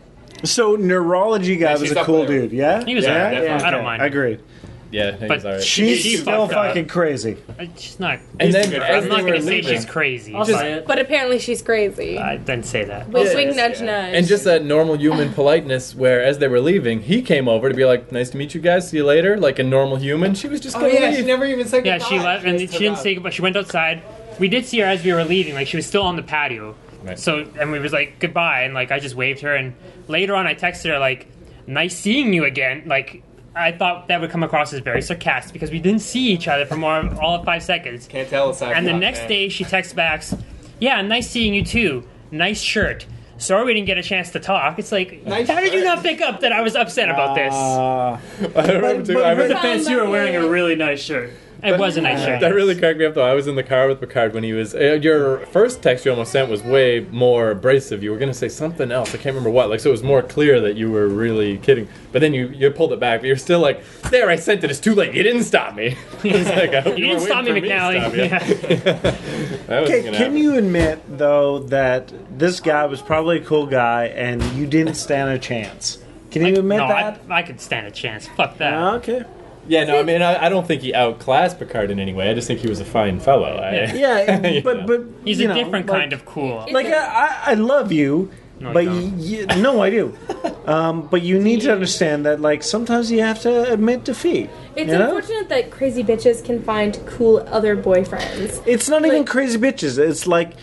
Speaker 5: So neurology guy was
Speaker 6: she's
Speaker 5: a
Speaker 6: up
Speaker 5: cool
Speaker 6: there.
Speaker 5: dude. Yeah,
Speaker 1: He was
Speaker 5: yeah?
Speaker 1: alright.
Speaker 4: Yeah.
Speaker 1: I don't mind.
Speaker 5: Agreed.
Speaker 3: Yeah, he
Speaker 1: But
Speaker 3: was all right.
Speaker 5: She's
Speaker 1: She
Speaker 5: still
Speaker 1: fucked up.
Speaker 5: fucking crazy.
Speaker 1: Uh, She's not.
Speaker 3: and then
Speaker 6: good
Speaker 3: as
Speaker 1: I'm not
Speaker 3: they were
Speaker 1: gonna say
Speaker 3: leaving-
Speaker 1: she's crazy.
Speaker 4: I'll
Speaker 1: but
Speaker 4: say it.
Speaker 2: But apparently she's crazy.
Speaker 1: I didn't say that.
Speaker 9: Wink,
Speaker 3: Yeah.
Speaker 9: wink, nudge, nudge.
Speaker 3: And just that normal human politeness, where as they were leaving, he came over to be like, "Nice to meet you guys. See you later." Like a normal human, she was just
Speaker 6: Oh
Speaker 3: gonna
Speaker 6: yeah, she
Speaker 3: leave.
Speaker 6: never even said
Speaker 1: Yeah,
Speaker 6: goodbye.
Speaker 1: she left, and she
Speaker 6: just took
Speaker 1: didn't
Speaker 6: off.
Speaker 1: say goodbye. She went outside. We did see her as we were leaving. Like she was still on the patio.
Speaker 3: Right.
Speaker 1: So and we was like goodbye, and like I just waved her, and later on I texted her like, "Nice seeing you again." Like I thought that would come across as very sarcastic because we didn't see each other for more all of five seconds.
Speaker 6: Can't tell aside.
Speaker 1: And the
Speaker 6: from
Speaker 1: next
Speaker 6: that, man.
Speaker 1: day she texts back, "Yeah, nice seeing you too. Nice shirt." Sorry we didn't get a chance to talk. It's like,
Speaker 6: Nice
Speaker 1: how did you
Speaker 6: shirt.
Speaker 1: not pick up that I was upset about this?
Speaker 5: Ah.
Speaker 3: I remember too.
Speaker 5: but
Speaker 3: I
Speaker 5: her-
Speaker 7: Oh
Speaker 3: was-
Speaker 4: Fence, you were wearing a really nice shirt.
Speaker 1: it was a nice shirt.
Speaker 3: that really cracked me up though. I was in the car with Picard when he was. Uh, your first text you almost sent was way more abrasive. You were gonna say something else. I can't remember what. Like so, it was more clear that you were really kidding. But then you you pulled it back. But you're still like, "There, I sent it. It's too late. You didn't stop me." It's like, I hope
Speaker 1: you didn't
Speaker 3: weren't
Speaker 1: stop me,
Speaker 3: waiting for
Speaker 1: McNally.
Speaker 3: to stop you.
Speaker 1: Yeah.
Speaker 3: That wasn't
Speaker 5: Okay,
Speaker 3: gonna
Speaker 5: can
Speaker 3: happen.
Speaker 5: you admit though that this guy was probably a cool guy and you didn't stand a chance? Can you admit
Speaker 1: no,
Speaker 5: that? Ah,
Speaker 1: I, I could stand a chance. Fuck that.
Speaker 5: okay.
Speaker 3: Yeah, no, I mean, I, I don't think he outclassed Picard in any way. I just think he was a fine fellow. I,
Speaker 5: Yeah,
Speaker 3: You
Speaker 5: but
Speaker 3: know.
Speaker 5: but
Speaker 1: He's
Speaker 5: you
Speaker 1: a
Speaker 5: know,
Speaker 1: different
Speaker 5: like-
Speaker 1: kind of cool.
Speaker 5: Like I, I, I love you,
Speaker 1: you
Speaker 5: but
Speaker 1: don't.
Speaker 5: you, you, no, I do. Um, but you need to understand that, like, sometimes you have to admit defeat.
Speaker 2: It's
Speaker 5: you know?
Speaker 2: unfortunate that crazy bitches can find cool other boyfriends.
Speaker 5: It's not even crazy bitches. It's like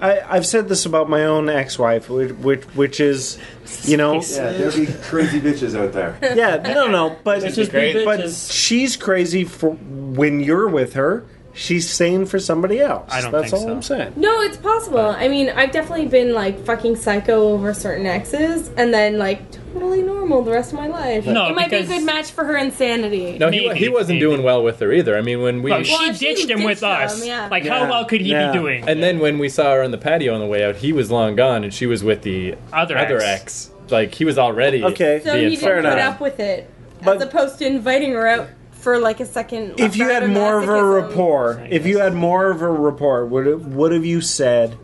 Speaker 5: I, I've said this about my own ex-wife, which which, which is, you know,
Speaker 11: Yeah, there'll be crazy bitches out there.
Speaker 5: yeah, no, no, but
Speaker 4: Bitches be bitches.
Speaker 5: but she's crazy for when you're with her. She's sane for somebody else.
Speaker 1: I don't
Speaker 5: That's
Speaker 1: think
Speaker 5: all
Speaker 1: so.
Speaker 5: I'm saying.
Speaker 2: No, it's possible. I mean, I've definitely been like fucking psycho over certain exes, and then like totally normal the rest of my life.
Speaker 1: No,
Speaker 2: it might be a
Speaker 1: because-
Speaker 2: good match for her insanity.
Speaker 3: No, he, he
Speaker 1: Maybe,
Speaker 3: wasn't
Speaker 1: maybe.
Speaker 3: doing well with her either. I mean, when we
Speaker 1: Well,
Speaker 2: Well,
Speaker 1: she
Speaker 2: she
Speaker 1: ditched him
Speaker 2: ditched
Speaker 1: with
Speaker 2: him,
Speaker 1: us.
Speaker 2: yeah.
Speaker 1: Like,
Speaker 5: Yeah.
Speaker 1: how well could he
Speaker 5: Yeah.
Speaker 1: be doing?
Speaker 3: and then when we saw her on the patio on the way out, he was long gone, and she was with the
Speaker 1: Other
Speaker 3: other
Speaker 1: ex.
Speaker 3: ex. Like he was already
Speaker 5: Okay.
Speaker 2: So
Speaker 3: the
Speaker 2: he
Speaker 3: infer-
Speaker 5: fair
Speaker 2: didn't put
Speaker 5: enough.
Speaker 2: up with it,
Speaker 5: But-
Speaker 2: as opposed to inviting her out for like a second.
Speaker 5: If you
Speaker 2: round
Speaker 5: had more of a
Speaker 2: masochism.
Speaker 5: rapport, if you had more of a rapport, would it, would have you said?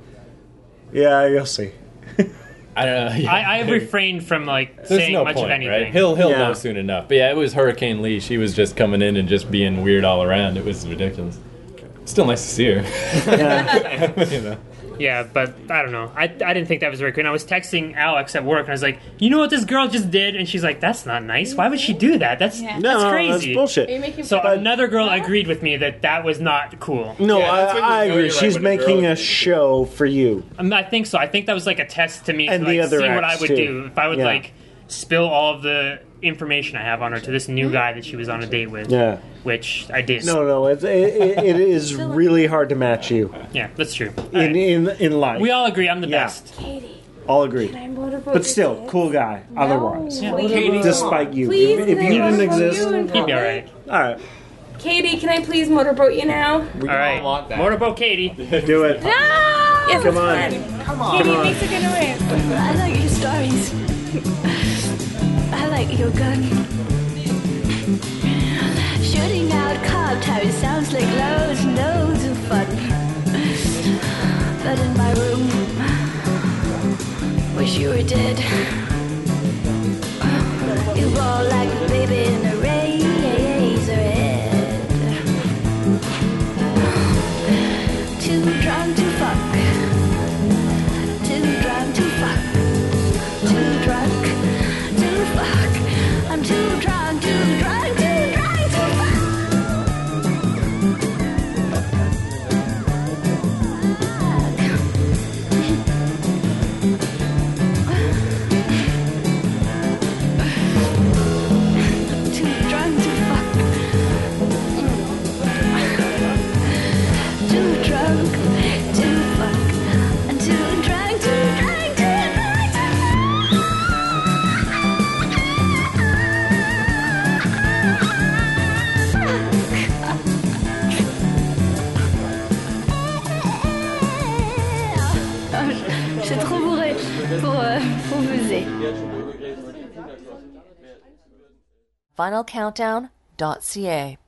Speaker 5: Yeah, you'll see.
Speaker 3: I don't know. Yeah.
Speaker 1: I, I have refrained from like
Speaker 3: There's
Speaker 1: saying
Speaker 3: no
Speaker 1: much
Speaker 3: point,
Speaker 1: of anything.
Speaker 3: right? He'll he'll
Speaker 5: Yeah.
Speaker 3: know soon enough. But yeah, it was Hurricane Lee. She was just coming in and just being weird all around. It was ridiculous. Still nice to see her. you know.
Speaker 1: Yeah, but I don't know. I, I didn't think that was very good. And I was texting Alex at work, and I was like, "You know what this girl just did?" And she's like, "That's not nice. Why would she do that? That's
Speaker 7: Yeah.
Speaker 5: No,
Speaker 1: that's
Speaker 5: no,
Speaker 1: crazy."
Speaker 5: that's bullshit.
Speaker 9: Are you making
Speaker 1: So
Speaker 9: fun?
Speaker 1: another girl agreed with me that that was not cool.
Speaker 5: No,
Speaker 6: Yeah, that's when you
Speaker 5: I, I
Speaker 6: know
Speaker 5: agree.
Speaker 6: you're, like,
Speaker 5: She's
Speaker 6: when a girl
Speaker 5: making a
Speaker 6: is-
Speaker 5: show for you.
Speaker 1: Um, I think so. I think that was like a test to me
Speaker 5: And
Speaker 1: to
Speaker 5: the
Speaker 1: like
Speaker 5: other
Speaker 1: see what
Speaker 5: acts,
Speaker 1: I would
Speaker 5: too.
Speaker 1: do if I would
Speaker 5: Yeah.
Speaker 1: like spill all of the information I have on her to this new guy that she was on a date with.
Speaker 5: Mm-hmm. Yeah.
Speaker 1: Which I did.
Speaker 5: No, no, it, it, it is really hard to match you
Speaker 1: Yeah, that's true. All
Speaker 5: in
Speaker 1: right.
Speaker 5: in in life.
Speaker 1: We all agree I'm the
Speaker 5: Yeah.
Speaker 1: best.
Speaker 10: Katie,
Speaker 5: all agree.
Speaker 10: I'm motivated.
Speaker 5: But still, cool guy. Otherwise,
Speaker 1: Yeah.
Speaker 10: Katie,
Speaker 5: despite you,
Speaker 2: Oh, Please,
Speaker 5: if, if
Speaker 2: can I
Speaker 5: you didn't
Speaker 2: motorboat
Speaker 5: exist,
Speaker 2: you in
Speaker 1: He'd be
Speaker 2: public?
Speaker 1: all right.
Speaker 5: all right,
Speaker 2: Katie, can I please motorboat you now?
Speaker 1: All right.
Speaker 6: want that.
Speaker 1: Motorboat Katie.
Speaker 5: do it.
Speaker 2: Yes,
Speaker 5: Come on.
Speaker 2: it's fun.
Speaker 7: Katie makes a good noise.
Speaker 10: I like your stories. I like your gun. Shooting out cop towers sounds like loads and loads of fun. But in my room, wish you were dead. You roll like a baby in a razor head. Too drunk to fuck. Too drunk to fuck. Too drunk to fuck. I'm too drunk, too drunk, too drunk to fuck. Too drunk to fuck. Too drunk to fuck. I'm too drunk, too drunk, too drunk to fuck.
Speaker 9: Je suis trop bourrée pour, euh, pour baiser.
Speaker 12: finalcountdown.ca.